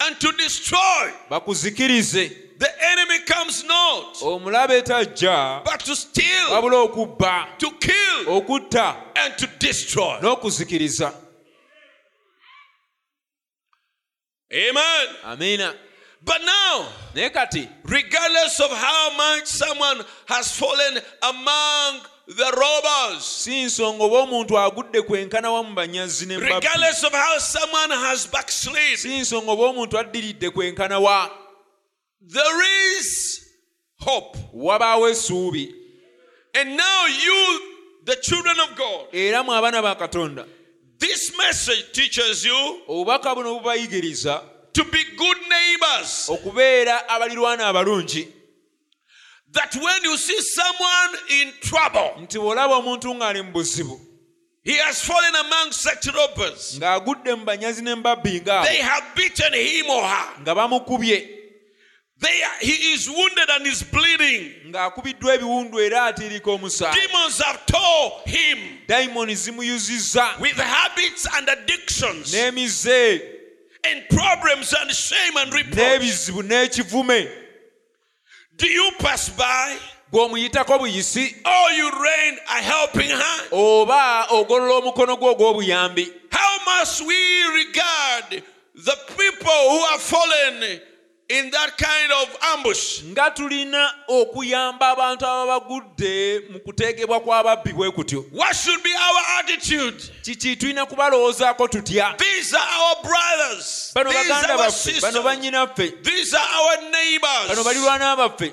A: and to destroy.
B: bakuzikirize
A: The enemy comes not,
B: omulabe tajja
A: but to steal,
B: wabula okubba
A: to kill,
B: okutta
A: and to destroy.
B: n'okuzikiriza
A: Amen.
B: amiina
A: But now,
B: naye kati
A: regardless of how much someone has fallen among the robbers,
B: si nsonga oba omuntu agudde kwenkana wamu banyazi ne mbabbi.
A: regardless of how someone has backslid,
B: si nsonga oba omuntu addiridde kwenkana wa
A: there is hope.
B: wabaawo essuubi
A: And now, you, the children of God,
B: era mu abaana ba katonda
A: this message teaches you
B: obubaka buno bubayigiriza
A: to be good neighbors.
B: okubeera abalirwana abalungi
A: That when you see someone in trouble,
B: nti bw'olaba omuntu ng'ali mu buzibu
A: he has fallen among such robbers.
B: ng'agudde mu banyazi
A: They
B: n'embabbi ngaabo
A: have beaten him or her.
B: nga bamukubye
A: They are, he is wounded and is bleeding.
B: ng'akubiddwa ebiwundu era atiirika omusaayi
A: Demons have tore him
B: dayimoni zimuyuzizza
A: with habits and addictions
B: n'emize
A: and problems and shame and reproach.
B: n'ebizibu n'ekivume
A: Do you pass by
B: gw'omuyitako buyisi
A: or you rain a helping hand?
B: oba ogolola omukono gwo ogw'obuyambi
A: How must we regard the people who have fallen in that kind of ambush?
B: nga tulina okuyamba abantu ababagudde mu kutegebwa kw'ababbi bwe kutyo
A: What should be our attitude?
B: kiki tulina kubalowoozaako tutya
A: These are our brothers.
B: bano
A: These are
B: baganda
A: our
B: baffe bano
A: sisters.
B: bannyinaffe
A: These are our
B: bano
A: neighbors.
B: balirwana baffe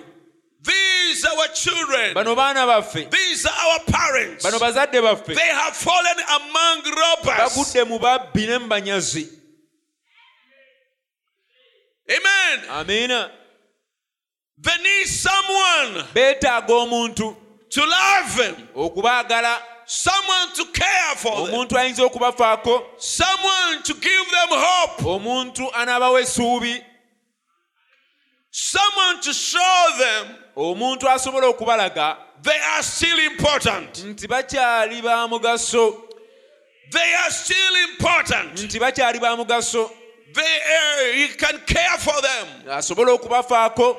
A: These are our children.
B: bano baana baffe
A: These are our parents.
B: bano bazadde baffe
A: They have fallen among robbers.
B: bagudde mu babbi ne mu banyazi
A: Amen.
B: amiina
A: They need someone
B: beetaaga omuntu
A: to love them,
B: okubaagala
A: someone to care for them,
B: omuntu ayinza okubafaako
A: someone to give them hope,
B: omuntu anaabawa essuubi
A: someone to show them
B: omuntu asobola okubalaga
A: they are still important.
B: nti bakyali ba mugaso
A: They are still important.
B: nti bakyali ba mugaso
A: They are, you can care for them
B: asobole okubafaako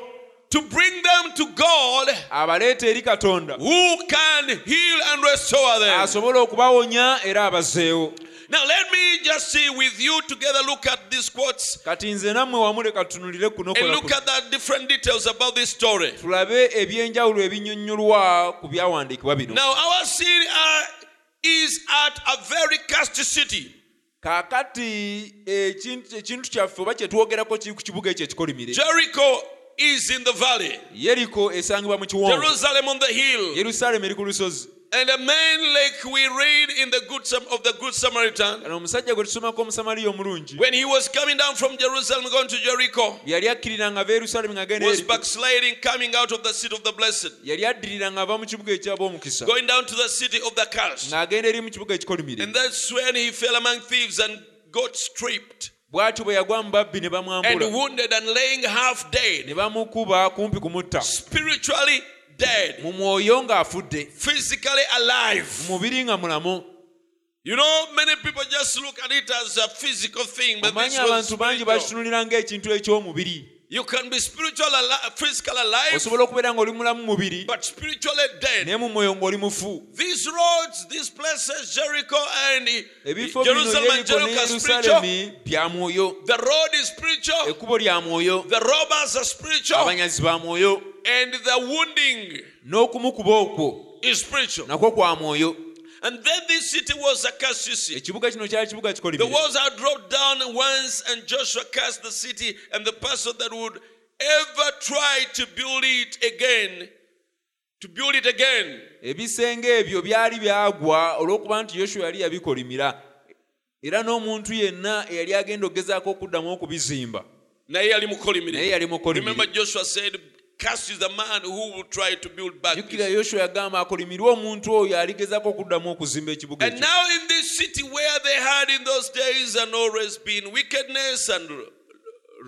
A: to bring them to God
B: abaleeta eri katonda
A: who can heal and restore them.
B: asobole okubawonya era abazeewo
A: Now, let me just see with you together look at these quotes
B: kati nze nammwe wamu leka tutunulire kuno
A: and
B: kuno.
A: look at the different details about this story.
B: tulabe ebyenjawulo ebinnyonnyolwa ku byawandiikibwa bino
A: Now, our city uh, is at a very cast city.
B: kaakati ekintu ekintu kyaffe oba kyetwogerako kiri ku kibuga ekyo ekikolimire
A: Jericho is in the valley,
B: yeriko esangibwa mu kiwonvu
A: Jerusalem on the hill,
B: yerusaalemu eri ku lusozi
A: and a man like we read in the Good Sam- of the Good Samaritan.
B: kano omusajja gwe tusomako omusamaliya omulungi
A: When he was coming down from Jerusalem going to Jericho,
B: yali akkiriranga ava yerusaalemu ng'agenda
A: was
B: yeriko
A: backsliding, coming out of the city of the blessed,
B: yali addiriranga ava mu kibuga ekyab'omukisa
A: going down to the city of the curse.
B: ng'agenda eri mu kibuga ekikolimire
A: And that's when he fell among thieves and got stripped
B: bw'atyo bwe yagwa mu babbi ne
A: and
B: bamwambula
A: wounded and laying half
B: ne
A: dead,
B: bamukuba kumpi kumutta
A: spiritually dead,
B: mu mwoyo ng'afudde
A: physically alive.
B: mu mubiri nga mulamu
A: You know, many people just look at it as a physical thing, but
B: omanyi
A: this was
B: abantu bangi
A: spiritual.
B: bakitunulira ng'ekintu eky'omubiri
A: You can be spiritual, ali- physical alive,
B: osobola okubeera ng'oli mulamu mu mubiri
A: but spiritually dead.
B: naye mu mwoyo ng'oli mufu
A: These roads, these places, Jericho and eh,
B: ebifo E bino
A: Jerusalem and
B: yeriko ne
A: Jericho are spiritual.
B: yerusaalemi bya mwoyo
A: The road is spiritual.
B: ekkubo lya mwoyo
A: The robbers are spiritual,
B: abanyazi ba mwoyo
A: and the wounding
B: n'okumukuba okwo
A: is spiritual.
B: nakwo kwa mwoyo
A: And then this city was a cursed city.
B: ekibuga kino kyali kibuga
A: The
B: kikolibire
A: walls had dropped down once, and Joshua cursed the city, and the person that would ever try to build it again, to build it again,
B: ebisenge ebyo byali byagwa olw'okuba nti yoswa yali yabikolimira era n'omuntu yenna eyali agenda ogezaako okuddamu okubizimba
A: naye yalimukolimire.
B: naye yali
A: Remember,
B: mukolimire
A: Joshua said, Cursed is the man who will try to build back. this."
B: jjukira yoswa yagamba akolimirwe omuntu oyo aligezaako okuddamu okuzimba ekibuga
A: And
B: ekyo
A: now, in this city where they had in those days and always been wickedness and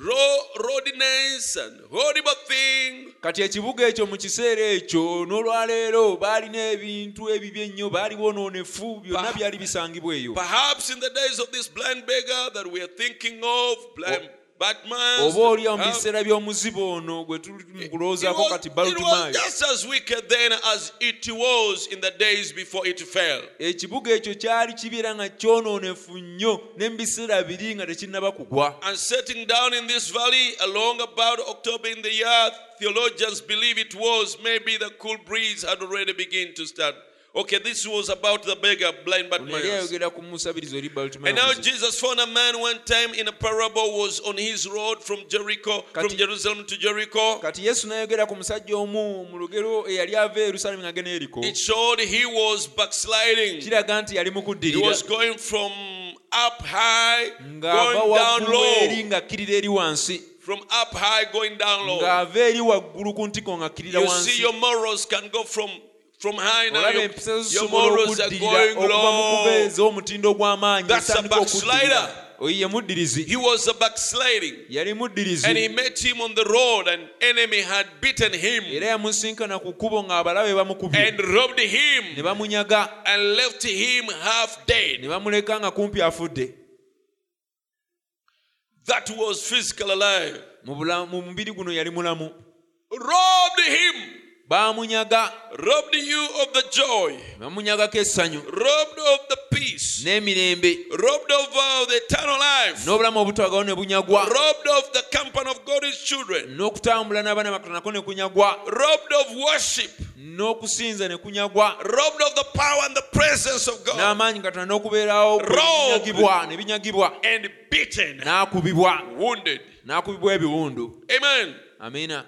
A: raw rodiness and horrible thing,
B: kati ekibuga ekyo mu kiseera ekyo n'olwaleero baalina ebintu ebibi ennyo baali bonoonefu
A: Pa-
B: byonna byali bisangibwa eyo
A: perhaps in the days of this blind beggar that we are thinking of, blind Batman,
B: oba olyawo mu biseera by'omuzibu ono gwe tuli mu kulowoozaako kati
A: it was
B: balutimaayo
A: just as wicked then as it was in the days before it fell.
B: ekibuga ekyo kyali kibeera nga kyonoonefu nnyo ne mu biseera biri nga tekinnaba kugwa
A: And setting down in this valley along about October in the year, theologians believe it was maybe the cool breeze had already begun to start. Okay, this was about the beggar, blind Bartimaeus.
B: yali ayogera ku musabirizi oli
A: And now
B: balutimaayo
A: Jesus found a man one time in a parable was on his road from Jericho, from
B: Kati-
A: Jerusalem to Jericho.
B: kati yesu n'ayogera ku musajja omu mu lugero eyali ava e yerusaalemu nga agenda eriko
A: It showed he was backsliding.
B: kiraga nti yali mu
A: He
B: kuddirira
A: was going from up high,
B: ng'ava
A: going down
B: waggulu eri
A: low.
B: ng'akkirira eri wansi
A: From up high, going down low.
B: ng'ava eri waggulu ku ntiko ng'akkirira
A: You see,
B: wansi
A: your morals can go from from high now.
B: olaba
A: Your,
B: empisa zo
A: your
B: zisobola
A: morals are
B: okuddirira
A: going
B: okuva mu
A: low.
B: kubeeza omutindo gw'amaanyi
A: That's a
B: etandika okuddirira
A: backslider.
B: oyo ye muddirizi
A: He was a backsliding,
B: yali muddirizi
A: and he met him on the road. An enemy had beaten
B: era
A: him
B: yamusinkana ku kkubo ng'abalabe bamukubye
A: and robbed
B: ne
A: him
B: bamunyaga
A: and left him half
B: ne
A: dead.
B: bamuleka nga kumpi afudde
A: That was physical alive.
B: mu bula- mu mubiri guno yali mulamu
A: Robbed him,
B: baamunyaga
A: robbed you of the joy,
B: ne bamunyagako essanyu
A: robbed of the peace,
B: n'emirembe
A: robbed of uh, the eternal life,
B: n'obulamu obutwagawo ne bunyagwa
A: robbed of the company of God's children,
B: n'okutambula n'abaana batonako ne kunyagwa
A: robbed of worship.
B: n'okusinza ne kunyagwa
A: robbed of the power and the presence of God
B: n'amaanyi katonda n'okubeerawo kwe
A: Robbed.
B: binyagibwa ne binyagibwa
A: and beaten,
B: n'akubibwa
A: wounded.
B: n'akubibwa ebiwundu
A: Amen.
B: amiina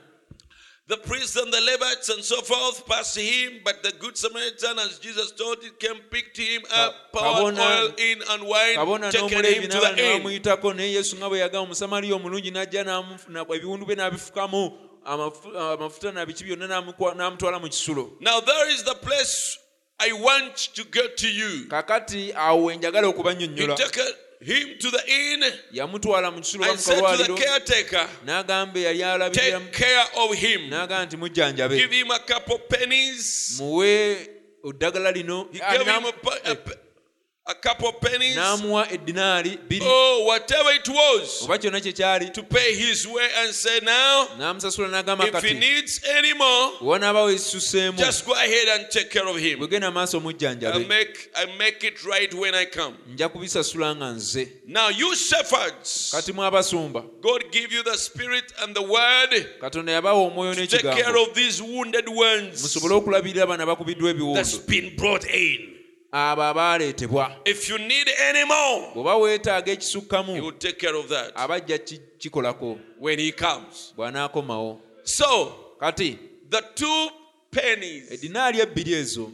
A: The priests and the Levites and so forth passed him, but the good Samaritan, as Jesus taught it, came, picked him up, poured
B: kabona-
A: oil in and wine,
B: kabona
A: taken
B: n'omuleevi
A: him to
B: n'abalala
A: the
B: ne
A: inn.
B: bamuyitako naye yesu nga bwe yagamba omusamaliya omulungi n'ajja n'amufu- ebiwundu bye n'abifukamu amafu- amafuta nabiki byonna n'amukwa- n'amutwala mu kisulo
A: Now there is the place I want to get to you.
B: kakati awo wenjagala
A: He
B: okubannyonnyola
A: took him to the inn
B: yamutwala mu kisulo
A: and said to the
B: bamukalwaliro
A: caretaker,
B: n'agamba eyali alabirira
A: Take care of him.
B: n'agamba nti mujjanjabe
A: Give him a couple pennies.
B: muwe eddagala lino Ah,
A: Give him a,
B: n'amu-
A: pe- a, pe- a couple pennies.
B: n'amuwa eddinaali bbiri
A: Oh, whatever it was
B: oba kyonna kye kyali
A: to pay his way and say, now,
B: n'amusasula n'agamba
A: if he
B: kati
A: needs any more,
B: wanaabawo essuseemu
A: just go ahead and take care of him.
B: bwegenda maaso
A: I
B: omujjanjabe
A: make, I make it right when I come.
B: nja kubisasula nga nze
A: Now, you shepherds,
B: kati mw'abasumba
A: God give you the spirit and the word
B: katonda yabawa omwoyo
A: to take care
B: n'ekigambo
A: of these wounded ones
B: musobole okulabirira bano abakubiddwa
A: that's
B: ebiwundu
A: been brought in.
B: abo abaaleetebwa
A: If you need any more,
B: bw'oba weetaaga
A: he
B: ekisukkamu
A: will take care of that
B: abajja ki- kikolako
A: when he comes.
B: bw'anaakomawo
A: So,
B: kati
A: the two pennies,
B: eddinaali ebbiri ezo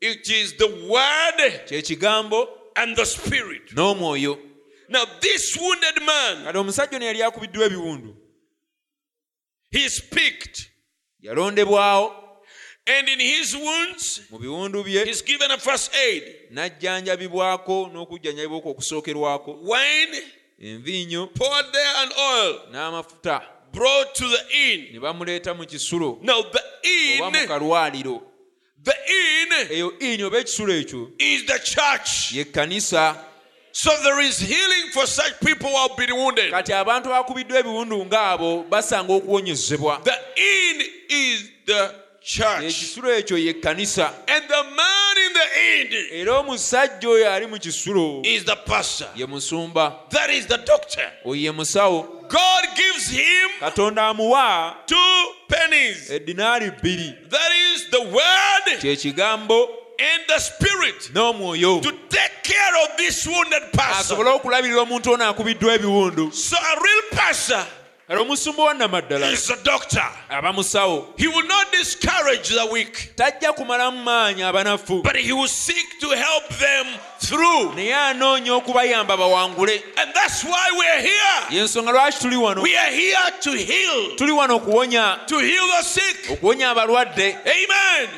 A: it is the word
B: kye kigambo
A: and the spirit.
B: n'omwoyo
A: Now, this wounded man,
B: kati omusajja ono yali akubiddwa ebiwundu
A: he's picked,
B: yalondebwawo
A: and in his wounds,
B: mu biwundu bye
A: he's given a first aid
B: n'ajjanjabibwako n'okujjanjabibwa okwo okusookerwako
A: wine
B: enviinyo
A: poured there and oil
B: n'amafuta
A: brought to the inn.
B: ne bamuleeta mu kisulo
A: Now, the
B: oba mu
A: inn,
B: kalwaliro
A: the inn
B: eyo ini oba ekisulo ekyo
A: is the church.
B: ye kkanisa
A: So there is healing for such people who have been wounded.
B: kati abantu abakubiddwa ebiwundu ng'abo basanga okuwonyezebwa
A: The inn is the church.
B: ekisulo ekyo ye kkanisa
A: And the man in the inn
B: era omusajja oyo ali mu kisulo
A: is the pastor.
B: ye musumba
A: That is the doctor.
B: oyo ye musawo
A: God gives him
B: katonda amuwa
A: two pennies.
B: eddinaali bbiri
A: That is the word
B: kye kigambo
A: and the Spirit
B: n'omwoyo
A: to take care of this wounded person.
B: asobole okulabirira omuntu ono akubiddwa ebiwundu
A: So a real pastor
B: kale omusumba wa nnamaddala
A: is a doctor.
B: aba musawo
A: He will not discourage the weak,
B: tajja kumalamu maanyi abanafu
A: but he will seek to help them through.
B: naye anoonya okubayamba bawangule
A: And that's why we're here.
B: yensonga lwaki tuli wano
A: We are here to heal,
B: tuli wano okuwonya
A: to heal the sick.
B: okuwonya abalwadde
A: Amen.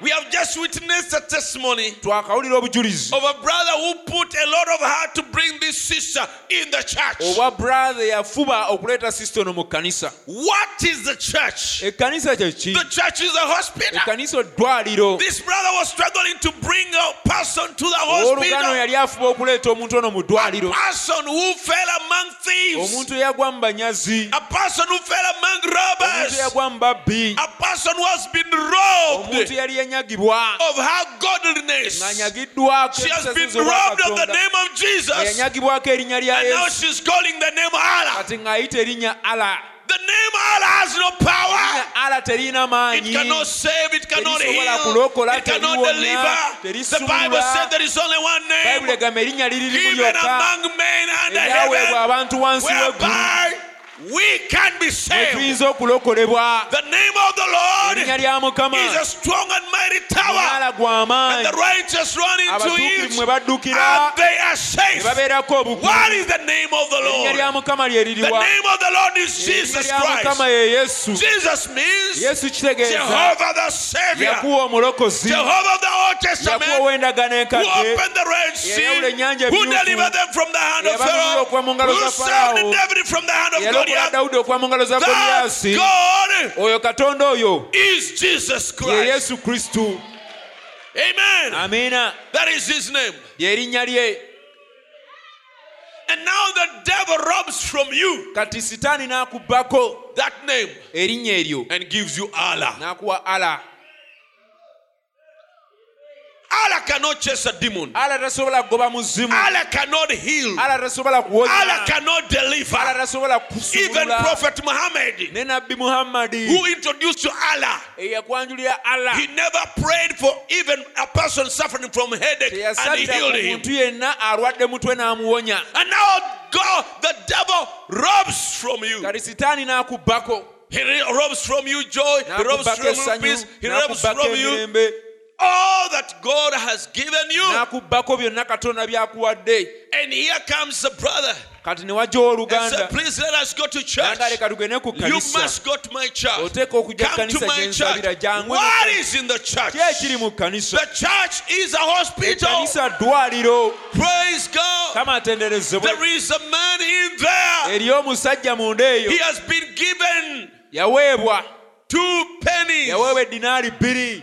A: We have just witnessed a testimony
B: twakawulira obujulizi
A: of a brother who put a lot of heart to bring this sister in the church.
B: obwa brother yafuba okuleeta sisita ono mu kkanisa
A: What is the church?
B: ekkanisa kyeki
A: The church is a hospital.
B: ekkanisa eddwaliro
A: This brother was struggling to bring a person to the
B: owoolugano
A: hospital.
B: yali afuba okuleeta omuntu ono mu ddwaliro
A: Person who fell among thieves.
B: omuntu eyagwa mu banyazi
A: A person who fell among
B: omuntu
A: robbers.
B: eyagwa mu babbi
A: A person who has been robbed
B: omuntu yali yanyagibwa
A: of her godliness.
B: ng'anyagiddwako
A: She has been
B: ebisazizo
A: robbed of the
B: olwakatonda
A: name of Jesus. And
B: eyanyagibwako erinnya lya
A: now
B: yesu
A: she's calling the name Allah.
B: kati ng'ayita erinnya ala
A: The name Allah has no power.
B: Erinnya ala teriyina
A: It
B: maanyi
A: cannot save, it cannot heal,
B: Terisobola kulokola,
A: it cannot
B: teriwonya,
A: deliver. The
B: terisumulula.
A: Bible said there is only one
B: bayibuli
A: name
B: egamba erinnya liri limu
A: given
B: lyokka
A: among men under
B: eryaweebwa
A: heaven
B: abantu wansi w'eggulu
A: whereby we can be
B: mwe
A: saved.
B: tuyinza okulokolebwa
A: The name of the Lord
B: erinnya lya mukama
A: is a strong and mighty tower,
B: munaala
A: and the
B: gw'amaanyi
A: righteous run into
B: abatuukirivu mwe
A: it,
B: baddukira
A: and they are
B: ne
A: safe.
B: babeerako obugu
A: What is the name of the
B: erinnya lya
A: Lord?
B: mukama lye
A: The
B: ririwa
A: name of the Lord is
B: erinnya
A: Jesus
B: lya mukama
A: Christ.
B: ye yesu
A: Jesus means
B: yesu kitegeeza
A: Jehovah the Savior.
B: yakuwa omulokozi
A: Jehovah of the Old Testament,
B: yakuwa endagaano
A: who
B: enkadde
A: opened the Red Sea,
B: Yayawula ennyanja
A: who
B: emyufu,
A: delivered them from the hand of Pharaoh,
B: eyabalulula okuva mu ngalo
A: who
B: za
A: saved
B: Falaawo,
A: David from the hand of
B: yalokola
A: Goliath.
B: dawudi okuva mu ngalo za
A: That
B: goliyasi
A: God
B: oyo katonda oyo
A: is Jesus
B: ye
A: Christ.
B: yesu kristu Ah.
A: Amen.
B: amiina
A: That is his name.
B: lye erinnya lye
A: And now the devil robs from you
B: kati sitaani n'akubbako
A: that name
B: erinnya eryo
A: and gives you Allah.
B: n'akuwa ala
A: Allah cannot chase a demon.
B: ala tasobola kugoba muzimu
A: Allah cannot heal.
B: ala tasobola
A: Allah
B: kuwonya
A: cannot deliver.
B: ala tasobola
A: Even
B: kusunula
A: Prophet Muhammad,
B: ne nabbi muhammadi
A: who introduced you Allah,
B: eyakwanjulira ala
A: He never prayed for even a person suffering from headache and he
B: teyasalira
A: healed
B: ku
A: him.
B: muntu yenna alwadde mutwe n'amuwonya
A: And now God, the devil robs from you.
B: kati sitaani n'akubbako
A: He re- robs from you joy. He robs
B: n'akubbako
A: from you
B: essanyu
A: peace. He robs
B: n'akubbako
A: from you
B: emirembe
A: all that God has given you.
B: n'akubbako byonna katonda byakuwadde
A: And here comes the brother
B: kati ne wajja
A: and said,
B: owooluganda
A: please let us go to church.
B: nga leka tugende ku
A: You
B: kanisa
A: must go to my church.
B: oteeka okujja ku
A: Ah, Come to
B: kanisa
A: my
B: gye
A: church.
B: nsabira jangu
A: What is in the church?
B: ki ekiri mu kanisa
A: The church is a hospital.
B: kanisa ddwaliro
A: Praise God.
B: kama atenderezebwe
A: There is a man in there.
B: eri omusajja munda eyo
A: He has been given
B: yaweebwa
A: two pennies.
B: yaweebwa edinaali bbiri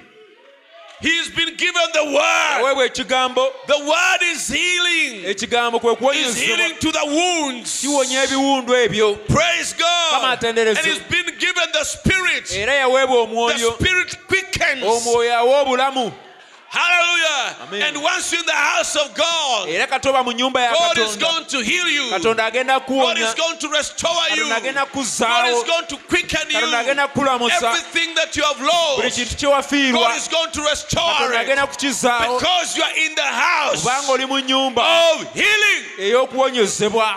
A: He has been given the word.
B: yaweebwa ekigambo
A: The word is healing.
B: ekigambo kwe
A: Is
B: kuwonyezebwa
A: healing to the wounds.
B: kiwonya ebiwundu ebyo
A: Praise
B: Kama
A: God. And
B: atenderezebwe.
A: he's been given the spirit.
B: era yaweebwa
A: The
B: omwoyo
A: spirit quickens.
B: omwoyo awa obulamu
A: Hallelujah.
B: Oh, Amen.
A: And once you're in the house of God,
B: era katoba mu nyumba ya
A: God is
B: katonda
A: going to heal you.
B: katonda agenda
A: God
B: kuwonya
A: is going to restore you.
B: katonda agenda
A: God is
B: kuzzaawo
A: going to quicken
B: katonda
A: you.
B: agenda kukulamusa
A: Everything that you have
B: buli
A: lost.
B: kintu kyewafiirwa
A: God is going to restore
B: katonda
A: it
B: agenda kukizaawo
A: because you are in the house
B: kubanga oli mu nyumba
A: of healing.
B: Oh! ey'okuwonyezebwa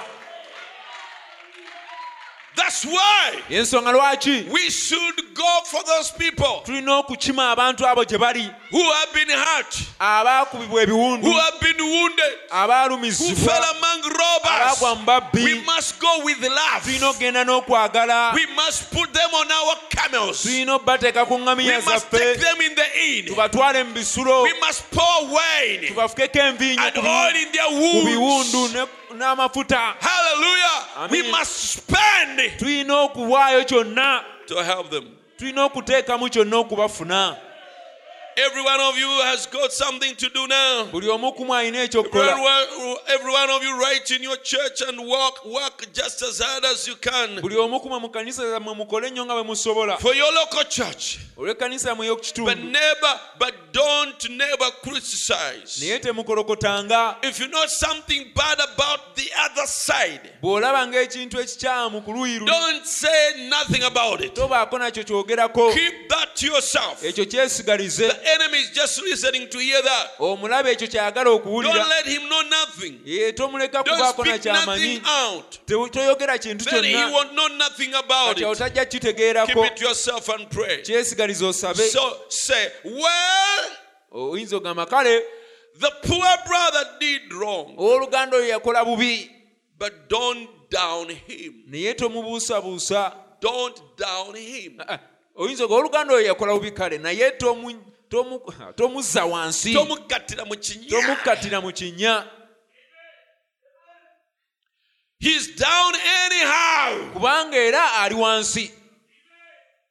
A: That's why
B: yensonga lwaki
A: we should go for those people
B: tulina okukima abantu abo gye bali
A: who have been hurt,
B: abaakubibwa ebiwundu
A: who have been wounded, who fell
B: abaalumizibwa
A: among
B: abaagwa
A: robbers.
B: mu
A: We
B: babbi
A: must go with
B: tulina
A: love.
B: okugenda n'okwagala
A: We must put them on our camels.
B: tulina obateeka ku ŋŋamiya
A: We must take
B: zaffe
A: them in the inn.
B: tubatwale mu bisulo
A: We must pour wine
B: tubafukeko envinyo
A: and
B: ku
A: oil
B: bi-
A: in their
B: ku
A: wounds.
B: biwundu ne- n'amafuta
A: Hallelujah. We
B: Amen.
A: must spend
B: tulina okuwaayo kyonna
A: to help them.
B: tulina okuteekamu kyonna okubafuna
A: Every one of you has got something to do now.
B: buli omu kumu alina
A: Every
B: ekyokukola
A: one, every one of you write in your church and work, work just as hard as you can
B: buli omu kumwe mu kanisa zammwe mukole nnyo nga bwe musobola
A: for your local church.
B: olw'ekkanisa yammwe
A: But
B: ey'okukitundu
A: never, but don't never criticize.
B: naye temukolokotanga
A: If you know something bad about the other side,
B: bw'olaba ng'ekintu ekikyamu ku luuyi luli
A: don't say nothing about it.
B: tobaako nakyo kyogerako
A: Keep that to yourself.
B: ekyo kyesigalize
A: The enemy is just listening to hear that.
B: omulabe ekyo kyayagala okuwulira
A: Don't let him know nothing.
B: Eh, tomuleka
A: Don't
B: kubaako
A: speak nothing
B: nakyamanyi
A: out.
B: Te- toyogera kintu
A: Then he
B: kyonna
A: won't know nothing about
B: kati awo
A: it.
B: tajja
A: Keep
B: kukitegeerako
A: it to yourself and pray.
B: kyesigaliza osabe
A: So say, well,
B: oyinza ogamba kale
A: the poor brother did wrong,
B: owooluganda oyo yakola bubi
A: but don't down him.
B: naye tomubuusabuusa
A: Don't down him.
B: Ah, ah, oyinza oga owooluganda oyo yakola bubi kale naye tomu- tomu- ah, tomuzza wansi
A: Tomukatira mu kinya.
B: tomukkatira mu kinya
A: He's down anyhow.
B: kubanga era ali wansi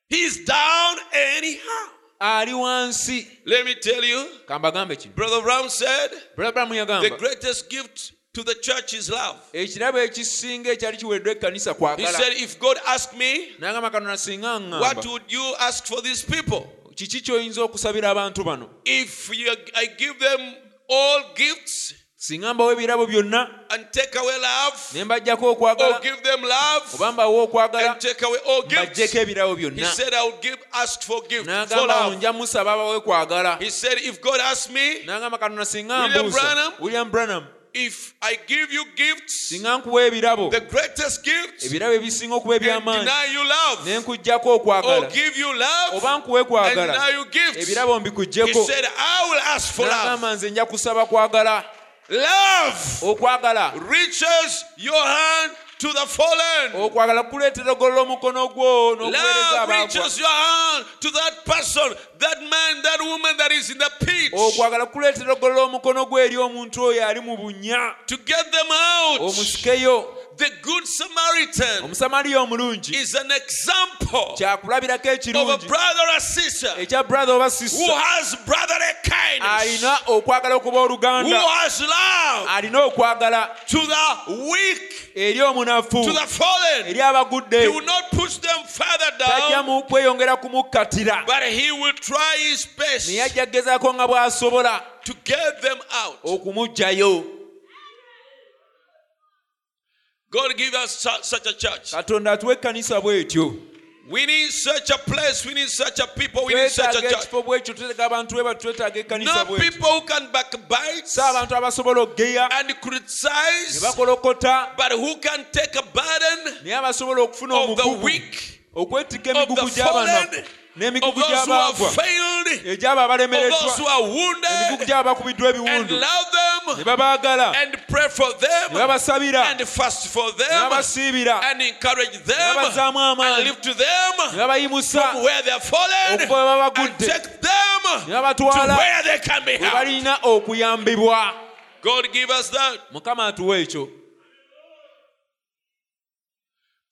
A: He's down anyhow.
B: ali wansi
A: Let me tell you,
B: kambagambe kino
A: Brother Brown said,
B: brabulamu
A: the
B: yagamba
A: greatest gift to the church is love.
B: ekirabo ekisinga ekyali kiweddwa ekkanisa
A: He
B: kwagala
A: said, if God asked me,
B: nagamba kanona singa
A: what
B: ŋŋamba
A: would you ask for these people?
B: kiki ky'oyinza okusabira abantu bano
A: If you, I give them all gifts
B: singa mbawo ebirabo byonna
A: and take away love,
B: ne mbaggyako
A: or
B: okwagala
A: give them
B: oba
A: love
B: mbawo
A: and
B: okwagala
A: take away all gifts.
B: mbaggyeko ebirabo
A: He
B: byonna
A: said, I will give, ask for gifts, for
B: n'agamba awo
A: love.
B: nja musaba abawe kwagala
A: He said, if God asks me,
B: n'agamba kanona singa
A: William
B: mbuusa
A: Branham?
B: william branham
A: if I give you gifts,
B: singa nkuwa ebirabo
A: the greatest gifts,
B: ebirabo ebisinga okuwa
A: and
B: eby'amaanyi
A: deny you love,
B: ne nkuggyako
A: or
B: okwagala
A: give you love,
B: oba nkuwe
A: and
B: kwagala
A: deny you gifts.
B: ebirabo
A: He
B: mbikugyeko
A: said, I will ask for love.
B: n'agamba nze nja kusaba kwagala
A: Love
B: okwagala
A: reaches your hand to the fallen.
B: okwagala kuleetera ogolola omukono gwo n'okuweereza
A: Love
B: abaagwa
A: reaches your hand to that person, that man, that woman that is in the pit.
B: okwagala kuleetera ogolola omukono gwe eri omuntu oyo ali mu bunya
A: To get them
B: Oh,
A: out.
B: omusikeyo
A: The Good Samaritan
B: omusamaliya omulungi
A: is an example
B: kyakulabirako
A: of a
B: ekirungi
A: brother or sister
B: ekya brother oba
A: who
B: sisa
A: has brotherly kindness,
B: alina okwagala okuba
A: who
B: oluganda
A: has love
B: alina okwagala
A: to the weak,
B: eri omunafu
A: to the fallen.
B: eri
A: He
B: abagudde
A: will not push them further
B: tajja
A: down.
B: mu kweyongera kumukkatira
A: But he will try his best
B: naye ajja kugezaako nga bw'asobola
A: to get them out.
B: okumuggyayo
A: God give us su- such a church.
B: katonda atuwa ekkanisa bw'etyo
A: We need such a place. We need such a people. We need such a
B: twetaaga
A: church.
B: ekifo bwekyo twetaaga abantu bwe batu twetaaga ekkanisa
A: Not
B: bwetyo
A: people who can backbite
B: si abantu abasobola okugeya
A: and
B: ne
A: criticize,
B: bakolokota
A: but who can take a burden
B: naye abasobola okufuna
A: of the
B: omugugu
A: weak,
B: okwetikka
A: of
B: emigugu
A: the
B: gy'abanafu
A: fallen, of
B: n'emigugu
A: those who are
B: gy'abaagwa
A: failed,
B: egy'abo
A: of those who
B: abalemereddwa
A: are
B: emigugu
A: wounded,
B: gy'abo abakubiddwa
A: and
B: ebiwundu
A: love
B: ne
A: them
B: babaagala
A: and pray for
B: ne
A: them
B: babasabira
A: and fast for
B: ne
A: them
B: babasiibira
A: and encourage
B: ne
A: them
B: babazaamu
A: and
B: amaanyi
A: live to them.
B: ne babayimusa
A: from where they are fallen
B: okuva bwe
A: and
B: babagudde
A: take them to
B: ne babatwala
A: where they can be
B: bwe
A: helped.
B: balina okuyambibwa
A: God give us that.
B: mukama atuwa ekyo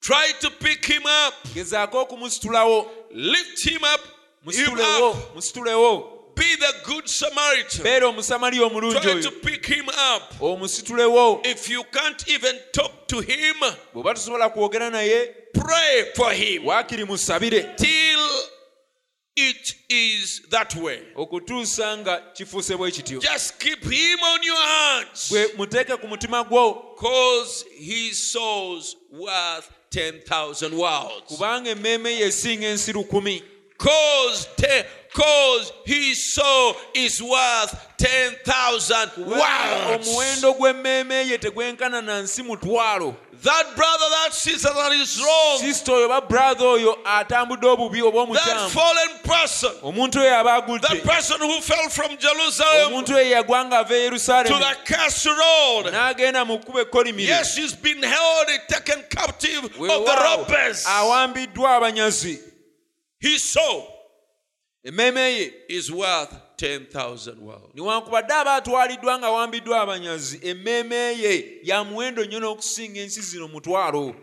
A: Try to pick him up,
B: gezaako okumusitulawo
A: lift him up, him
B: musitulewo
A: up.
B: musitulewo
A: Be the good Samaritan.
B: beera omusamaliya omulungi
A: Try to
B: oyo
A: pick him up.
B: omusitulewo
A: If you can't even talk to him,
B: bw'oba tosobola kwogera naye
A: pray for him
B: waakiri musabire
A: till it is that way.
B: okutuusa nga kifuuse bwe kityo
A: Just keep him on your hands
B: gwe muteeke ku mutima gwo
A: because his soul's worth 10,000 worlds.
B: kubanga emmeeme ye esinga ensi lukumi
A: Cause, te- cause his soul is worth 10,000 worlds.
B: omuwendo gw'emmeeme ye tegwenkana na nsi mutwalo
A: That brother, that sister that is wrong,
B: sisita oyo oba buratha oyo atambudde obubi oba
A: that
B: omukyamu
A: fallen person,
B: omuntu oyo aba
A: that
B: agudde
A: person who fell from Jerusalem
B: omuntu oyo yagwa ng'ava e
A: to
B: yerusaalemu
A: the castle road.
B: n'agenda mu e kkuba ekkolimiriro
A: Yes, she's been held and taken captive of the
B: Weewaawo,
A: robbers.
B: awambiddwa abanyazi
A: His soul
B: emmeeme ye
A: is worth 10,000 worlds.
B: newankubadde aba atwaliddwa nga awambiddwa abanyazi emmeeme ye ya muwendo nnyo n'okusinga ensi zino mutwalo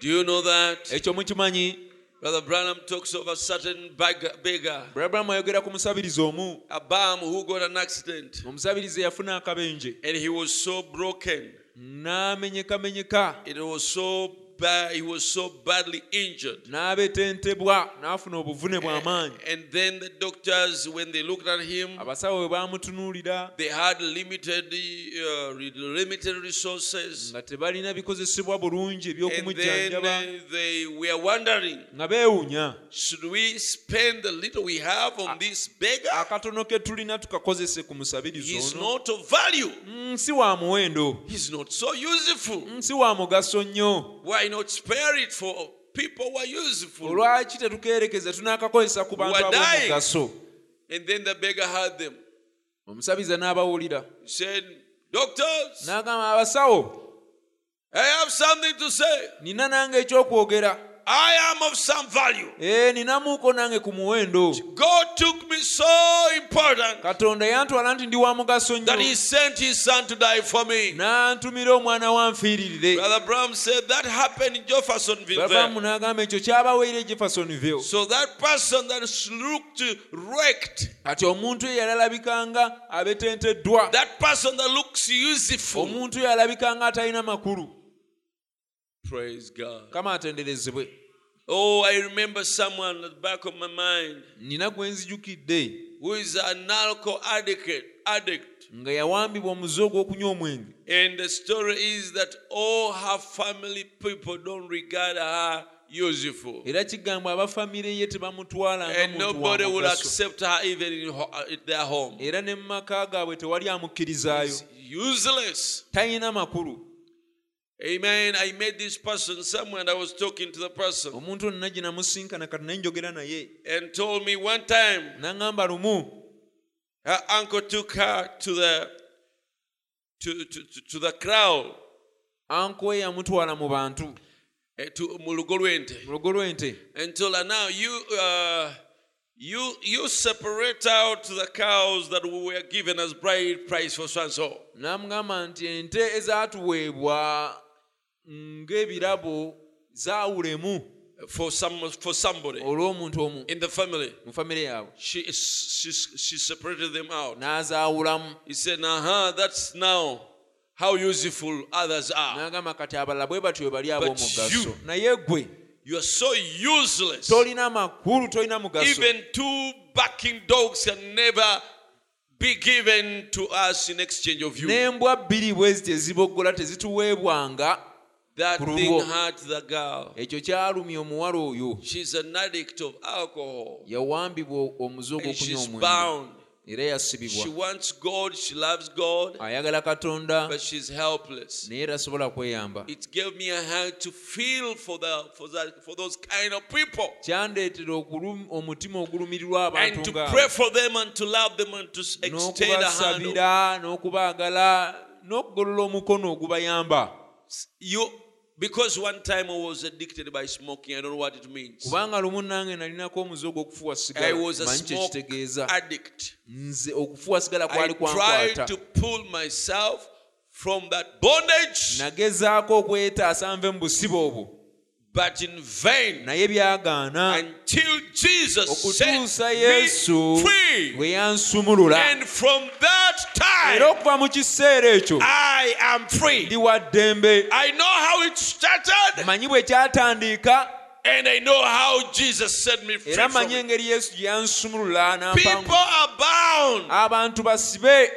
A: Do you know that?
B: ekyo mukimanyi
A: Brother Branham talks of a certain beggar- beggar,
B: bulabulamu ayogera ku musabirizi omu
A: a bum who got an accident.
B: omusabirizi eyafuna akabenje
A: And he was so broken.
B: n'amenyekamenyeka
A: It was so bad, he was so badly injured.
B: n'abetentebwa n'afuna obuvune bw'amaanyi
A: And then the doctors, when they looked at him,
B: abasawo bwe baamutunuulira
A: they had limited, uh, re- limited resources.
B: nga tebalina bikozesebwa bulungi
A: And then
B: eby'okumujjanjaba
A: uh, they were wondering
B: nga beewuunya
A: should we spend the little we have on this beggar?
B: akatono ke tulina tukakozese ku musabiriza
A: He's
B: ono
A: not of value,
B: Mm, si wa muwendo
A: he's not so useful.
B: Mm, si wa mugaso nnyo
A: Why not spare it for people who are useful?
B: olwaki tetukeerekeza tunaakakozesa ku bantu
A: We're dying.
B: ab'omugaso
A: And then the beggar heard them.
B: omusabiza n'abawulira
A: He said, Doctors,
B: n'agamba abasawo
A: I have something to say.
B: nina nange ekyokwogera
A: I am of some value.
B: ee ninamuuko nange ku muwendo
A: God took me so important
B: katonda yantwala nti ndi wa mugaso
A: that He
B: nnyo
A: sent His Son to die for me.
B: n'antumira omwana wa nfiiririre
A: Brother Bram said that happened in Jeffersonville. there.
B: bavaamu n'agamba ekyo kyabaweire jeffersonville
A: So that person that looked wrecked,
B: kati omuntu eyalalabikanga abetenteddwa
A: that person that looks useful,
B: omuntu yalabikanga atalina makulu
A: praise God.
B: kama atenderezebwe
A: Oh, I remember someone at the back of my mind
B: nina gwe nzijukidde
A: who is an alcohol addict. addict.
B: nga yawambibwa omuze ogw'okunywa omwenge
A: And the story is that all her family people don't regard her useful.
B: era kigambwa abafamire ye tebamutwala nga
A: And
B: muntu
A: nobody
B: wa
A: will
B: mugaso.
A: accept her even in, ho- uh, in their home.
B: era ne mu maka gaabwe tewali amukkirizaayo
A: It's useless.
B: talina makulu
A: Amen. I met this person somewhere and I was talking to the person
B: omuntu onna gye namusinkana kati naye njogera naye
A: and told me one time
B: n'aŋŋamba lumu
A: Her uncle took her to the to, to, to, to the crowd
B: ankowe yamutwala mu bantu
A: eh, to Mulugolwente
B: mu lugo lw'ente
A: and told her now you uh, you you separate out the cows that we were given as bride price for so and so.
B: n'amugamba nti ente ezaatuweebwa ng'ebirabo zaawulemu
A: for some for somebody
B: olw'omuntu omu
A: in the family.
B: mu famire yaabwe
A: She is- she she separated them out.
B: n'azaawulamu
A: He said, "Uh huh, that's now how useful others are.
B: n'agamba kati abalala bwe batyo bwe bali ab'omugaso
A: you-
B: naye ggwe
A: You are so useless."
B: tolina makulu tolina mugaso
A: Even two barking dogs can never be given to us in exchange of you.
B: n'embwa bbiri bwe ziti eziboggola tezituweebwanga
A: That thing
B: Kuruwo.
A: hurt the girl.
B: ekyo kyalumya omuwala oyo
A: She's an addict of alcohol.
B: yawambibwa omuze
A: And
B: ogw'okunywa
A: she's
B: omwenge
A: bound.
B: era yasibibwa
A: She wants God, she loves God,
B: ayagala katonda
A: but she's helpless.
B: naye tasobola kweyamba
A: It gave me a hand to feel for the for that for those kind of people.
B: kyandeetera okulu- omutima ogulumirirwa abantu
A: And to
B: ng'abo,
A: pray for them and to love them and to s- extend a hand. of-
B: n'okubasabira n'okubaagala n'okugolola omukono ogubayamba
A: You because one time I was addicted by smoking, I don't know what it means.
B: kubanga lumu nange nalinako omuze ogw'okufuwa
A: I
B: sigala
A: was a
B: manyi
A: smoke
B: kyekitegeeza
A: addict.
B: nze okufuwa sigala
A: I
B: kwali kwankwata
A: tried to pull myself from that bondage,
B: nagezaako okwetaasa nve mu busibe obwo
A: but in vain.
B: naye byagaana
A: Until Jesus
B: okutuusa
A: set
B: yesu
A: me free,
B: bwe yansumulula
A: and from that
B: era
A: time
B: okuva mu kiseera ekyo
A: I am
B: ndi
A: free.
B: wa ddembe
A: I know how it started,
B: manyi bwe kyatandika
A: and I know how Jesus set me free.
B: era
A: From
B: manye
A: it.
B: engeri yesu gye yansumulula
A: People
B: n'ampangu
A: are bound
B: abantu basibe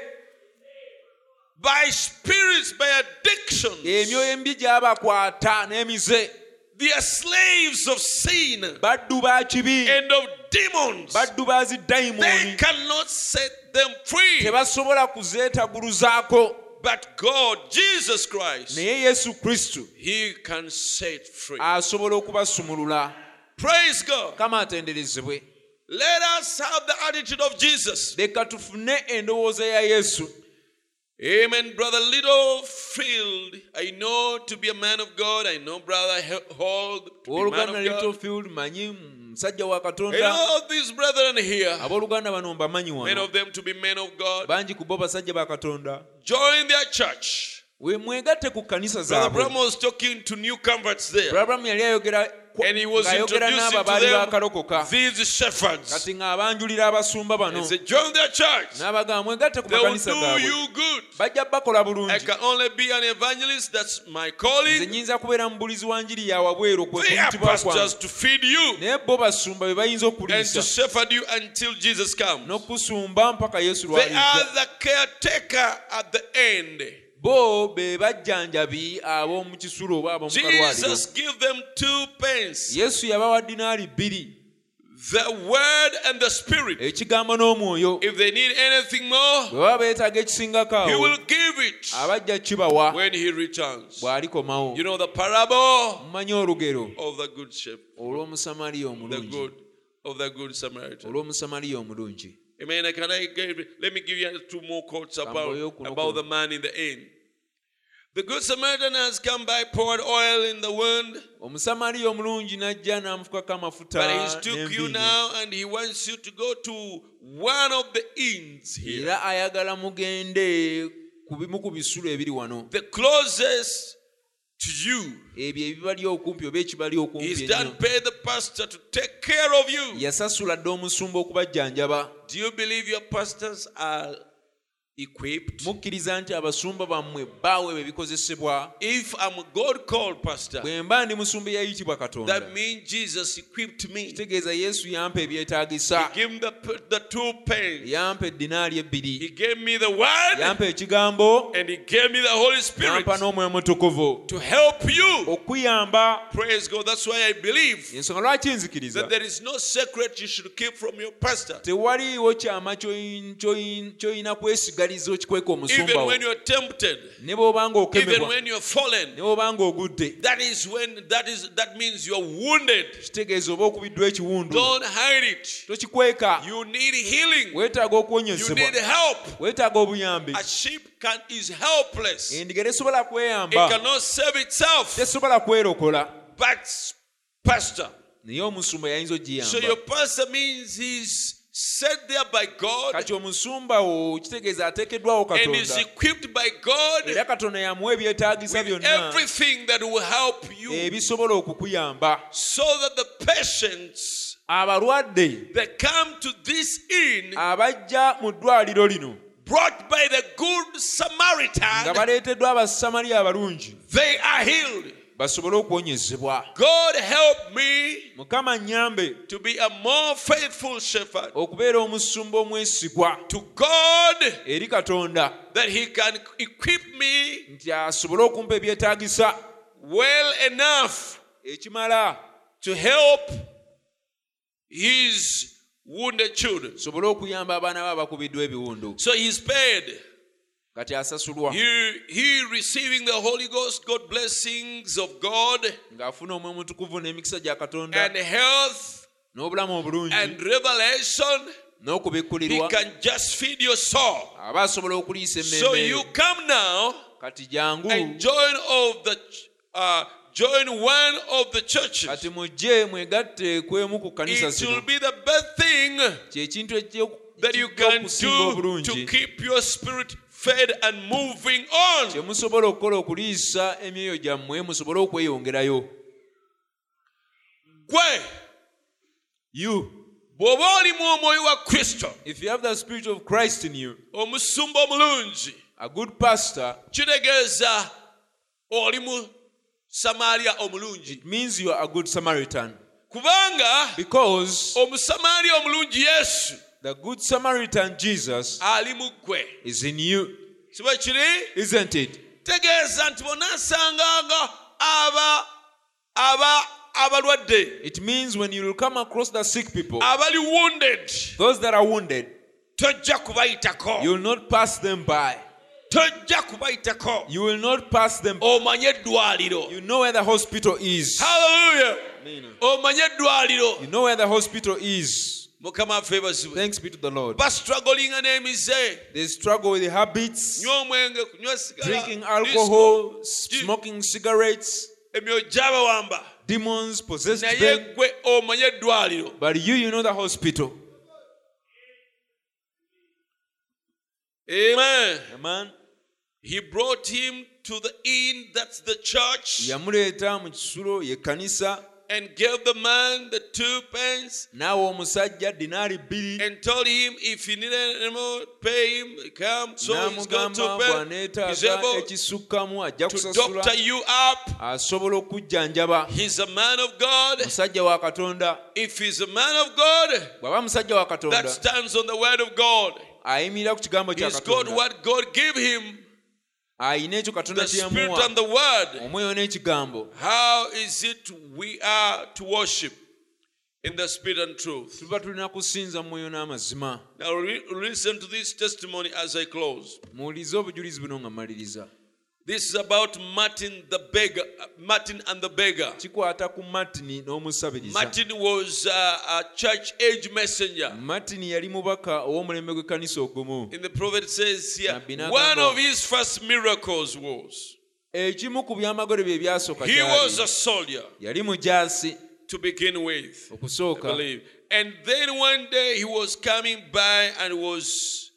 A: by spirits, by addictions.
B: emyoyo emibi gy'abakwata n'emize
A: They are slaves of sin
B: baddu ba kibi
A: and of demons.
B: baddu ba
A: They
B: zidayimooni
A: cannot set them free.
B: tebasobola kuzeetaguluzaako
A: But God, Jesus Christ,
B: naye yesu kristo
A: He can set free.
B: asobola okubasumulula
A: Praise God.
B: kama atenderezebwe
A: Let us have the attitude of Jesus.
B: leka tufune endowooza ya yesu
A: Amen. Brother Littlefield, I know to be a man of God. I know Brother He- Hall to be a man
B: owooluganda
A: of God.
B: littlefield manyi musajja wa
A: And
B: katonda
A: all these brethren here,
B: abooluganda bano mbamanyi
A: many
B: wano
A: of them to be men of God,
B: bangi ku bo basajja ba katonda
A: join their church.
B: we mwegatte ku kkanisa
A: Brother
B: zaabwe
A: Bram was talking to new converts there.
B: abulamu yali ayogera ku ku-
A: And he was
B: ng'ayogera
A: introducing
B: n'abo
A: to
B: abaali
A: them
B: bakalokoka
A: these shepherds.
B: kati ng'abanjulira abasumba bano
A: He said, Join their church.
B: n'abagamba mwegatte ku
A: They will
B: makanisa
A: do
B: gaabwe
A: you good.
B: bajja bakola
A: I
B: bulungi
A: can only be an evangelist. That's my
B: nze
A: calling.
B: nyinza kubeera mubulizi wa njiri yawabweru kwe
A: They are
B: kuyitibwa
A: pastors
B: kwange
A: to feed you
B: naye bo basumba be bayinza
A: and to
B: okuliisa
A: shepherd you until Jesus comes.
B: n'okusumba mpaka yesu
A: They are
B: lwaliza
A: the caretaker at the end.
B: bo be bajjanjabi ab'omu kisulo oba ab'omukalwaliro
A: Jesus gave them two pens
B: yesu yabawa dinaali bbiri
A: the word and the spirit.
B: ekigambo n'omwoyo
A: If they need anything more,
B: bwe baba beetaaga ekisingako
A: he
B: awo
A: will give it
B: abajja kibawa
A: when he returns.
B: bw'alikomawo
A: You know the parable
B: mumanyi olugero
A: of the good shepherd,
B: olw'omusamaliya
A: the
B: omulungi
A: good of the good Samaritan.
B: olw'omusamaliya omulungi
A: Amen. Can I give, let me give you two more quotes about, about the man in the inn. The good Samaritan has come by, poured oil in the wound,
B: omusamaliya omulungi n'ajja n'amufukako amafuta
A: but he's took you
B: n'enviiri.
A: now and he wants you to go to one of the inns here,
B: era ayagala mugende ku bimu ku bisulo ebiri wano
A: the closest to you.
B: ebyo ebibali okumpi oba ekibali okumpi
A: He's
B: ennyo
A: done paid the pastor to take care of you.
B: yasasula dda omusumba okubajjanjaba
A: Do you believe your pastors are equipped?
B: mukkiriza nti abasumba bammwe baawe be bikozesebwa
A: If I'm God called pastor,
B: bwe mba ndi musumba eyayitibwa katonda
A: that means Jesus equipped me.
B: kitegeeza yesu yampa ebyetaagisa
A: He gave me the, p- the two pens.
B: yampa eddinaali ebbiri
A: He gave me the word
B: yampa ekigambo
A: and he gave me the Holy Spirit
B: yampa n'omwoyo omutukuvu
A: to help
B: Oh.
A: you.
B: okuyamba
A: Praise God. That's why I believe
B: ensonga lwaki nzikiriza
A: that there is no secret you should keep from your pastor.
B: tewaliiwo kyama ky'oyin- ky'oyin- ky'olina kwesigaliza okikweka omusumba
A: Even
B: wo
A: when you're tempted,
B: ne bw'obanga
A: even
B: okemebwa
A: when you're fallen,
B: ne bw'obanga ogudde
A: that is when that is that means you're wounded.
B: kitegeeza oba okubiddwa ekiwundu
A: Don't hide it.
B: tokikweka
A: You need healing.
B: weetaaga
A: You
B: okuwonyezebwa
A: need help.
B: weetaaga obuyambi
A: A sheep can, is helpless. It
B: endiga tesobola kweyamba
A: cannot save itself.
B: tesobola kwerokola
A: But pastor.
B: naye omusumba yayinza
A: So your
B: ogiyamba
A: pastor means he's set there by God
B: kati omusumba wo kitegeeza ateekeddwawo
A: and is
B: katonda
A: equipped by God
B: era katonda yamuwa ebyetaagisa
A: with
B: byonna
A: everything that will help you
B: ebisobola okukuyamba
A: so that the patients
B: abalwadde
A: that come to this inn
B: Ah. abajja mu ddwaliro lino
A: brought by the good
B: nga
A: Samaritan,
B: baleeteddwa abasamaliya abalungi
A: they are healed.
B: basobole okuwonyezebwa
A: God help me
B: mukama nyambe
A: to be a more faithful shepherd
B: okubeera omusumba omwesigwa
A: to God
B: eri katonda
A: that he can equip me
B: nti asobole okumpa ebyetaagisa
A: well enough
B: ekimala
A: to help his wounded children.
B: sobole okuyamba abaana be abakubiddwa ebiwundu
A: So he's paid.
B: kati asasulwa
A: He, he receiving the Holy Ghost, God blessings of God
B: ng'afuna omwe mutukuvu n'emikisa gya
A: and
B: katonda
A: health
B: n'obulamu
A: and
B: obulungi
A: revelation. He
B: n'okubikkulirwa
A: can just feed your soul.
B: aba asobola okuliisa
A: So
B: emmeme
A: you
B: yo.
A: come now
B: kati jangu
A: and join of the ch- uh, join one of the churches.
B: kati mujje mwegatte kwemu ku kkanisa
A: It will
B: zino
A: be the best thing
B: kyekintu
A: that you can
B: ekyokusinga
A: do
B: obulungi
A: to keep your spirit fed and moving on.
B: kye musobola okukola okuliisa emyoyo gyammwe musobole okweyongerayo
A: Gwe
B: you
A: bw'oba olimu omwoyo wa kristo
B: if you have the spirit of christ in you
A: omusumba omulungi
B: a good pastor
A: kitegeeza oli mu samaaliya omulungi
B: it means you are a good samaritan
A: kubanga
B: because
A: omusamaaliya omulungi yesu
B: the good samaritan jesus
A: ali mu ggwe
B: is in you
A: si bwe kiri
B: isn't it
A: tegeeza nti bonaasanganga aba aba abalwadde
B: it means when you will come across the sick people
A: abali wounded
B: those that are wounded
A: tojja kubayitako
B: you will not pass them by
A: tojja kubayitako
B: you will not pass them
A: omanye eddwaliro
B: you know where the hospital is
A: haleluya
B: Amen.
A: omanye eddwaliro
B: you know where the hospital is
A: mukama affe bazibwe
B: thanks be to the lord
A: bastruggolinga n'emize
B: they struggle with the habits
A: nywa omwenge kunywa sigala
B: drinking
A: disco, e
B: alcohol, smoking cigarettes,
A: emyoyo gyabawamba
B: demons possessed
A: naye
B: them.
A: gwe omanye eddwaliro
B: But you, you know the hospital.
A: amen
B: Amen.
A: he brought him to the inn that's the church
B: yamuleeta mu kisulo ye kanisa
A: and gave the man the two pence
B: naawe omusajja dinaali bbiri
A: and told him if he needed any more, pay him, come. So he's got
B: n'amugamba
A: two
B: bw'aneetaaga
A: pence. He's able
B: ekisukkamu ajja
A: to
B: kusasula
A: doctor you up.
B: asobola okujjanjaba
A: He's a man of God.
B: musajja wa katonda
A: If he's a man of God,
B: bw'aba musajja wa
A: that
B: katonda
A: stands on the word of God.
B: ayimirira ku kigambo kya
A: He's got
B: katonda
A: what God gave him,
B: ayina ekyo katonda
A: the
B: kye
A: Spirit
B: yamuwa
A: and the Word.
B: omwoyo n'ekigambo
A: How is it we are to worship in the Spirit and truth?
B: tuba tulina kusinza mu mwoyo n'amazima
A: Now, re- listen to this testimony as I close.
B: muwulirize obujulizi buno nga mmaliriza
A: This is about Martin the beggar, Martin and the beggar.
B: kikwata ku matini n'omusabiriza
A: Martin was uh, a church age messenger.
B: matini yali mubaka ow'omulembe gw'ekkanisa ogumu
A: And the prophet says here,
B: Nabbi
A: one
B: n'agamba-
A: of his first miracles was
B: ekimu ku byamagero bye byasooka
A: he
B: gy'ali.
A: was a soldier
B: yali mujaasi
A: to begin with. I
B: okusooka
A: believe. And then one day he was coming by and was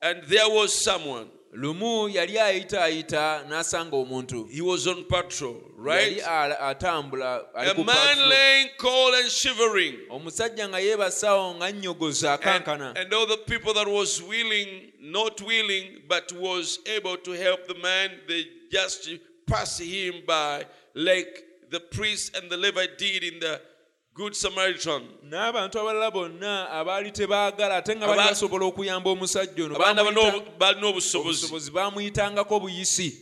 A: and there was someone.
B: lumu yali ayitaayita n'asanga omuntu
A: He was on patrol, right?
B: yali ala- atambula ali
A: A
B: ku
A: man
B: patio.
A: laying cold and shivering.
B: omusajja nga yeebasaawo nga nnyogoza
A: And,
B: akankana
A: and all the people that was willing, not willing, but was able to help the man, they just passed him by, like the priest and the Levite did in the Good Samaritan.
B: n'abantu abalala bonna abaali tebaagala ate nga bali
A: Aba-
B: basobola okuyamba omusajja ono
A: Abaana balina-
B: bamuyita-
A: balina obusobozi.
B: obusobozi baamuyitangako obuyisi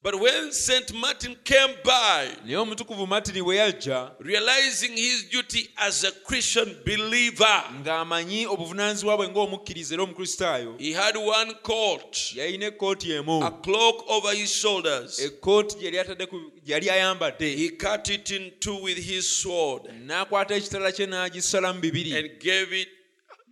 A: But when Saint Martin came by,
B: naye omutukuvu matini bwe yajja
A: realizing his duty as a Christian believer,
B: ng'amanyi obuvunaanyizibwa bwe ng'omukkiriza era omukristaayo
A: he had one coat,
B: yalina ekkooti emu
A: a cloak over his shoulders.
B: ekkooti gye yali atadde ku- gye yali ayambadde
A: He cut it in two with his sword
B: n'akwata ekitala kye n'agisala mu bibiri
A: and gave it,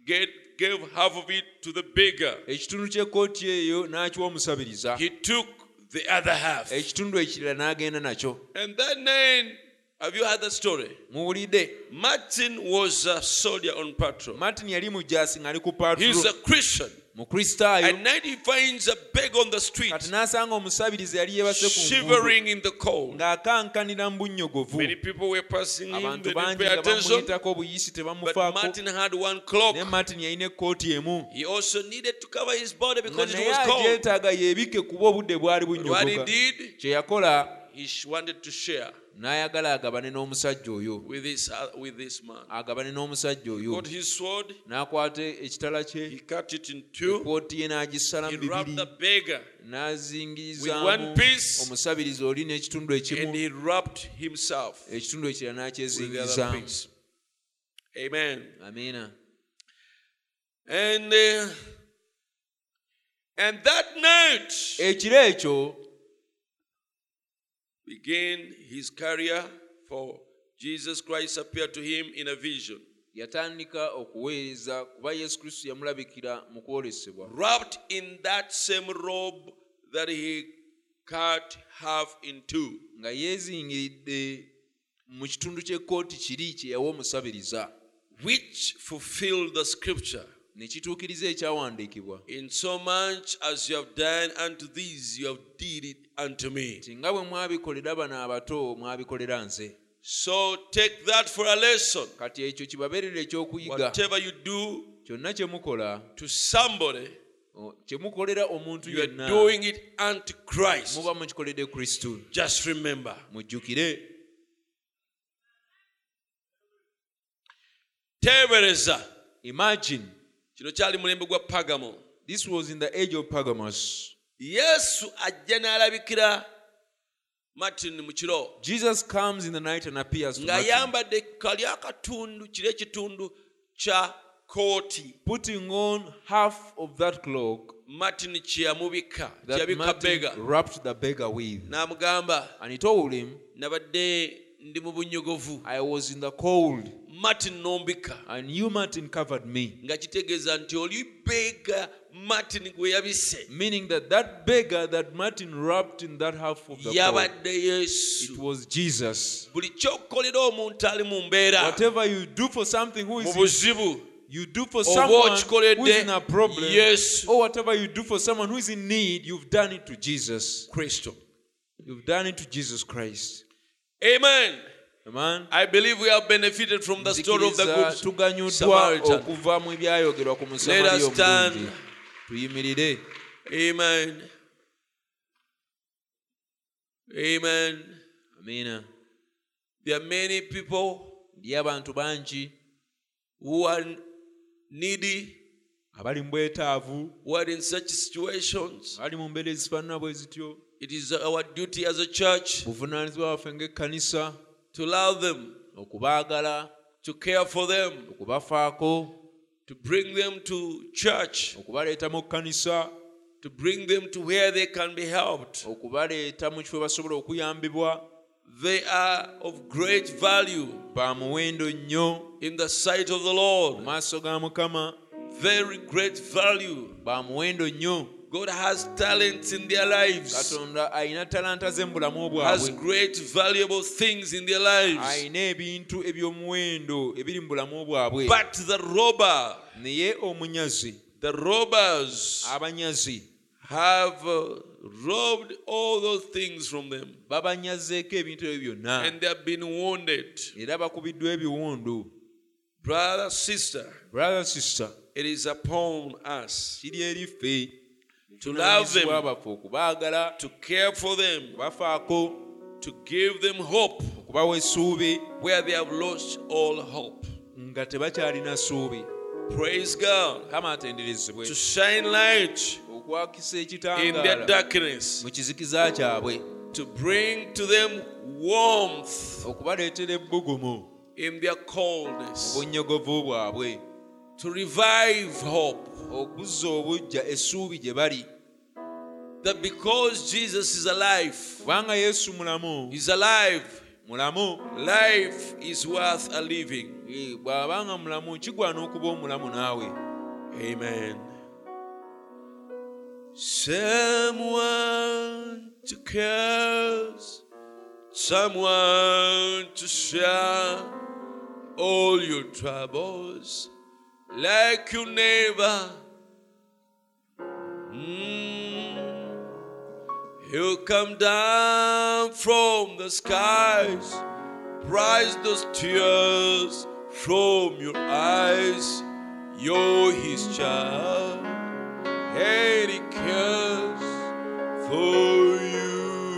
A: gave, gave half of it to the beggar.
B: ekitundu ky'ekkooti eyo n'akiwa omusabiriza
A: He took the other half.
B: ekitundu ekirala n'agenda nakyo
A: And that night, have you heard the story?
B: muwulidde
A: Martin was a soldier on patrol.
B: martin yali mujaasi ng'ali ku
A: He's
B: patulu
A: a Christian.
B: mukristaayo
A: At night he finds a beggar on the street,
B: kati n'asanga omusabiriza yali yeebase ku ngungu,
A: shivering in the cold.
B: ng'akankanira mu bunnyogovu
A: Many people were passing him,
B: abantu
A: they didn't
B: bangi
A: pay
B: nga
A: attention.
B: bamuyitako obuyisi
A: But
B: tebamufaako
A: Martin had one cloak.
B: ne martin yalina ekkooti emu
A: He also needed to cover his body
B: nga
A: because it
B: naye
A: was cold.
B: agyetaaga yeebike kuba obudde bwali
A: What he
B: bunyogoka
A: did,
B: kye yakola
A: he sh- wanted to share
B: n'ayagala agabane n'omusajja oyo
A: with this, uh, with this man.
B: agabane n'omusajja oyo
A: Got his sword,
B: n'akwata ekitala
A: he
B: kye
A: cut it in two,
B: ekkooti ye n'agisala mu
A: he wrapped
B: bibiri
A: the beggar, With
B: n'azingirizaamu
A: one piece.
B: omusabirizi oli
A: and
B: n'ekitundu ekimu
A: he wrapped himself
B: ekitundu ekirala
A: with the other
B: n'akyezingizaamu
A: piece. Amen.
B: amiina
A: And, uh, and that night
B: ekiro ekyo
A: began his career for Jesus Christ appeared to him in a vision.
B: yatandika okuweereza kuba yesu kristo yamulabikira mu kwolesebwa
A: wrapped in that same robe that he cut half in two.
B: nga yeezingiridde mu kitundu ky'ekkooti kiri kye yawa omusabiriza
A: which fulfilled the scripture.
B: ne kituukiriza ekyawandiikibwa
A: In so much as you have done unto these, you have did it unto me.
B: nti nga bwe mwabikolera bano abato mwabikolera nze
A: So take that for a lesson.
B: kati ekyo kibabeerera ekyokuyiga
A: Whatever you do
B: kyonna kye mukola
A: to somebody,
B: o- kye mukolera Oh, omuntu
A: you
B: yenna
A: are doing it unto Christ.
B: muba mukikoledde kristo
A: Just remember.
B: mujjukire
A: teebereza
B: imagine
A: kino kyali mulembe gwa pagamo
B: this was in the age of pagamus
A: yesu ajja n'alabikira martin mu kiro
B: jesus comes in the night and appears to Matthew,
A: ng'ayambadde kali akatundu kiri ekitundu kya kooti
B: putting on half of that cloak
A: martin kye yamubika kye
B: that
A: yabika
B: Martin
A: bega
B: wrapped the beggar with
A: n'amugamba
B: and he told him
A: nabadde ndi mu bunyogovu
B: i was in the cold
A: martin n'ombika
B: and you martin covered me
A: nga kitegeeza nti oli bega martin gwe yabise
B: meaning that that beggar that martin wrapped in that half of the cloak
A: yabadde
B: it
A: yesu
B: was jesus
A: buli ky'okolera omuntu ali mu mbeera
B: whatever you do for something who
A: mu
B: is in
A: buzibu
B: you do for
A: oba
B: someone who is in a problem
A: okikoledde yesu
B: or whatever you do for someone who is in need you've done it to jesus
A: kristo
B: you've done it to jesus christ
A: amen
B: Amen.
A: I believe we have benefited from the story of the
B: Nzikiriza
A: good
B: tuganyuddwa
A: Samaritan.
B: okuva mu ebyayogerwa ku
A: Let us
B: musamaliya
A: stand.
B: omulungi tuyimirire
A: Amen. Amen.
B: amiina
A: There are many people
B: ndiyo abantu bangi
A: who are needy,
B: abali mu bwetaavu
A: who are in such situations.
B: abali mu mbeera ezifaanana bwe zityo
A: It is our duty as a church
B: buvunaanyizibwa bwaffe ng'ekkanisa
A: to love them,
B: okubaagala
A: to care for them,
B: okubafaako
A: to bring them to church,
B: okubaleeta mu kkanisa
A: to bring them to where they can be helped.
B: okubaleeta mu kifo basobola okuyambibwa
A: They are of great value
B: ba muwendo nnyo
A: in the sight of the
B: mu
A: Lord.
B: maaso ga mukama
A: Very great value.
B: ba muwendo nnyo
A: God has talents in their lives,
B: katonda alina talanta ze mu bulamu
A: has
B: bwabwe
A: great valuable things in their lives.
B: alina ebintu eby'omuwendo ebiri mu bulamu bwabwe
A: But the robber,
B: naye omunyazi
A: the robbers
B: abanyazi
A: have uh, robbed all those things from them,
B: babanyazeeko ebintu ebyo byonna
A: and they have been wounded.
B: era bakubiddwa ebiwundu
A: Brother, sister,
B: brother sister
A: it is upon us
B: kiri eriffe
A: to love
B: Buvunaanyizibwa
A: them,
B: baffe okubaagala
A: to care for them,
B: kubafaako
A: to give them hope
B: okubawa essuubi
A: where they have lost all hope.
B: nga tebakyalina ssuubi
A: Praise God.
B: kama atenderezebwe
A: To shine light
B: okwakisa
A: in their
B: ekitangaala
A: darkness.
B: mu kizikiza kyabwe
A: to bring to them warmth
B: okubaleetera ebbugumu
A: in their
B: mu
A: coldness,
B: bunnyogovu bwabwe
A: to revive hope.
B: okuzza obujja essuubi gye bali
A: That because Jesus is alive,
B: kubanga yesu mulamu
A: He's alive,
B: mulamu
A: life is worth a living.
B: Eh, bw'abanga mulamu kigwana okuba omulamu naawe
A: Amen. Someone to curse, someone to share all your troubles like your neighbor. Mm. He'll come down from the skies, prize those tears from your eyes. You're his child, and he cares for you.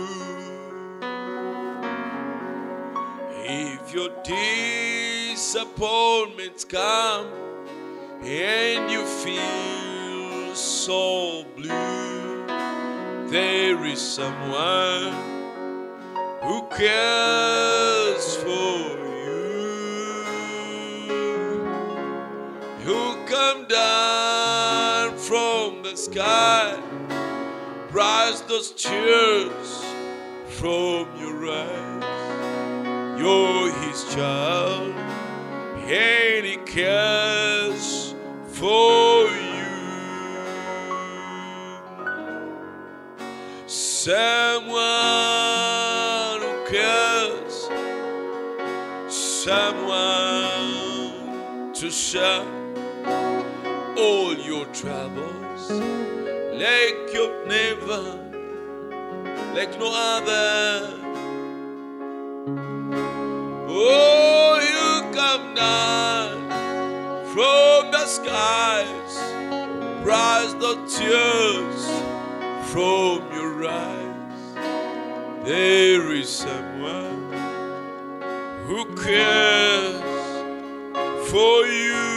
A: If your disappointments come and you feel so blue, there is someone who cares for you who come down from the sky, rise those tears from your eyes. You're his child, and he cares for you. Someone who cares someone to share all your troubles like your neighbor, like no other. Oh, you come down from the skies, rise the tears from your eyes. There is someone who cares for you.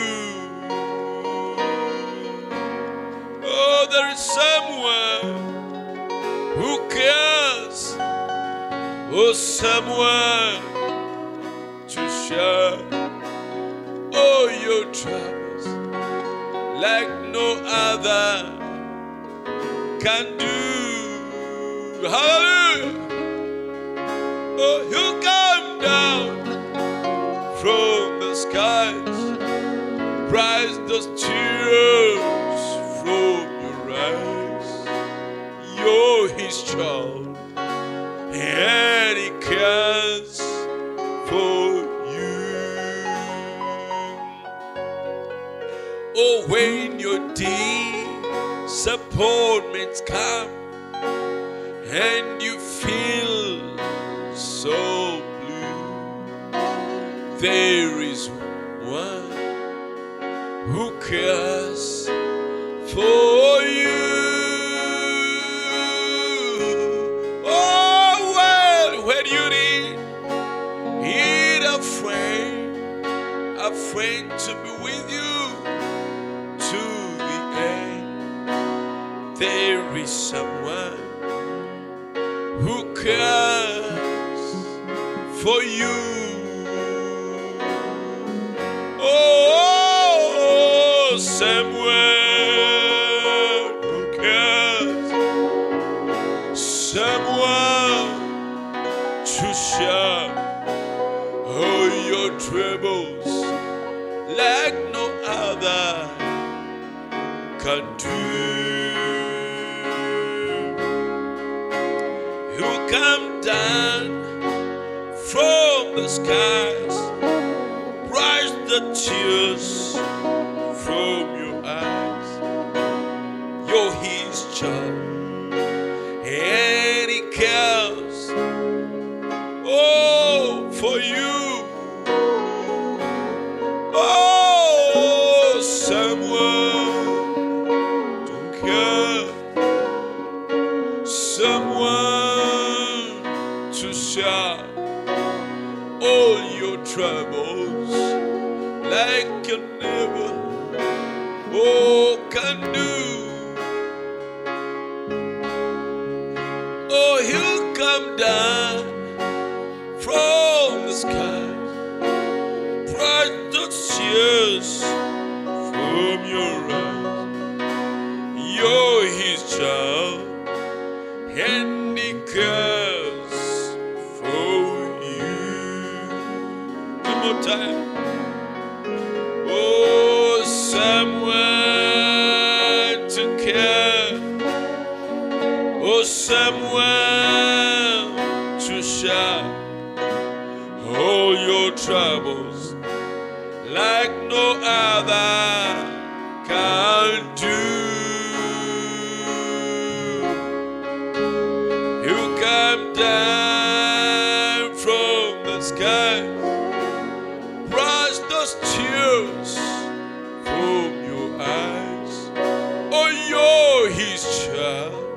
A: Oh, there is someone who cares. Oh, someone to share all your troubles like no other can do. Hallelujah. Oh, you come down from the skies, prize those tears from your eyes. You're his child, and he cares for you. Oh, when your disappointments come and you feel so blue. cares for you. Oh, well, when you need, need a friend, a friend to be with you to the end. There is someone who cares for you. Oh, someone who cares, someone to share all your troubles like no other can do who come down from the skies, brush the tears from your eyes. You're his child, and he cares, oh, for you. Oh, someone to care someone to share all your troubles like you never oh can do oh he'll come down from the sky bright the tears from your eyes you're his child and he cares for you. One more time. Oh, someone to care. Oh, someone to share all your troubles like no other can do you come down from the sky, brush those tears from your eyes. Oh, you're his child,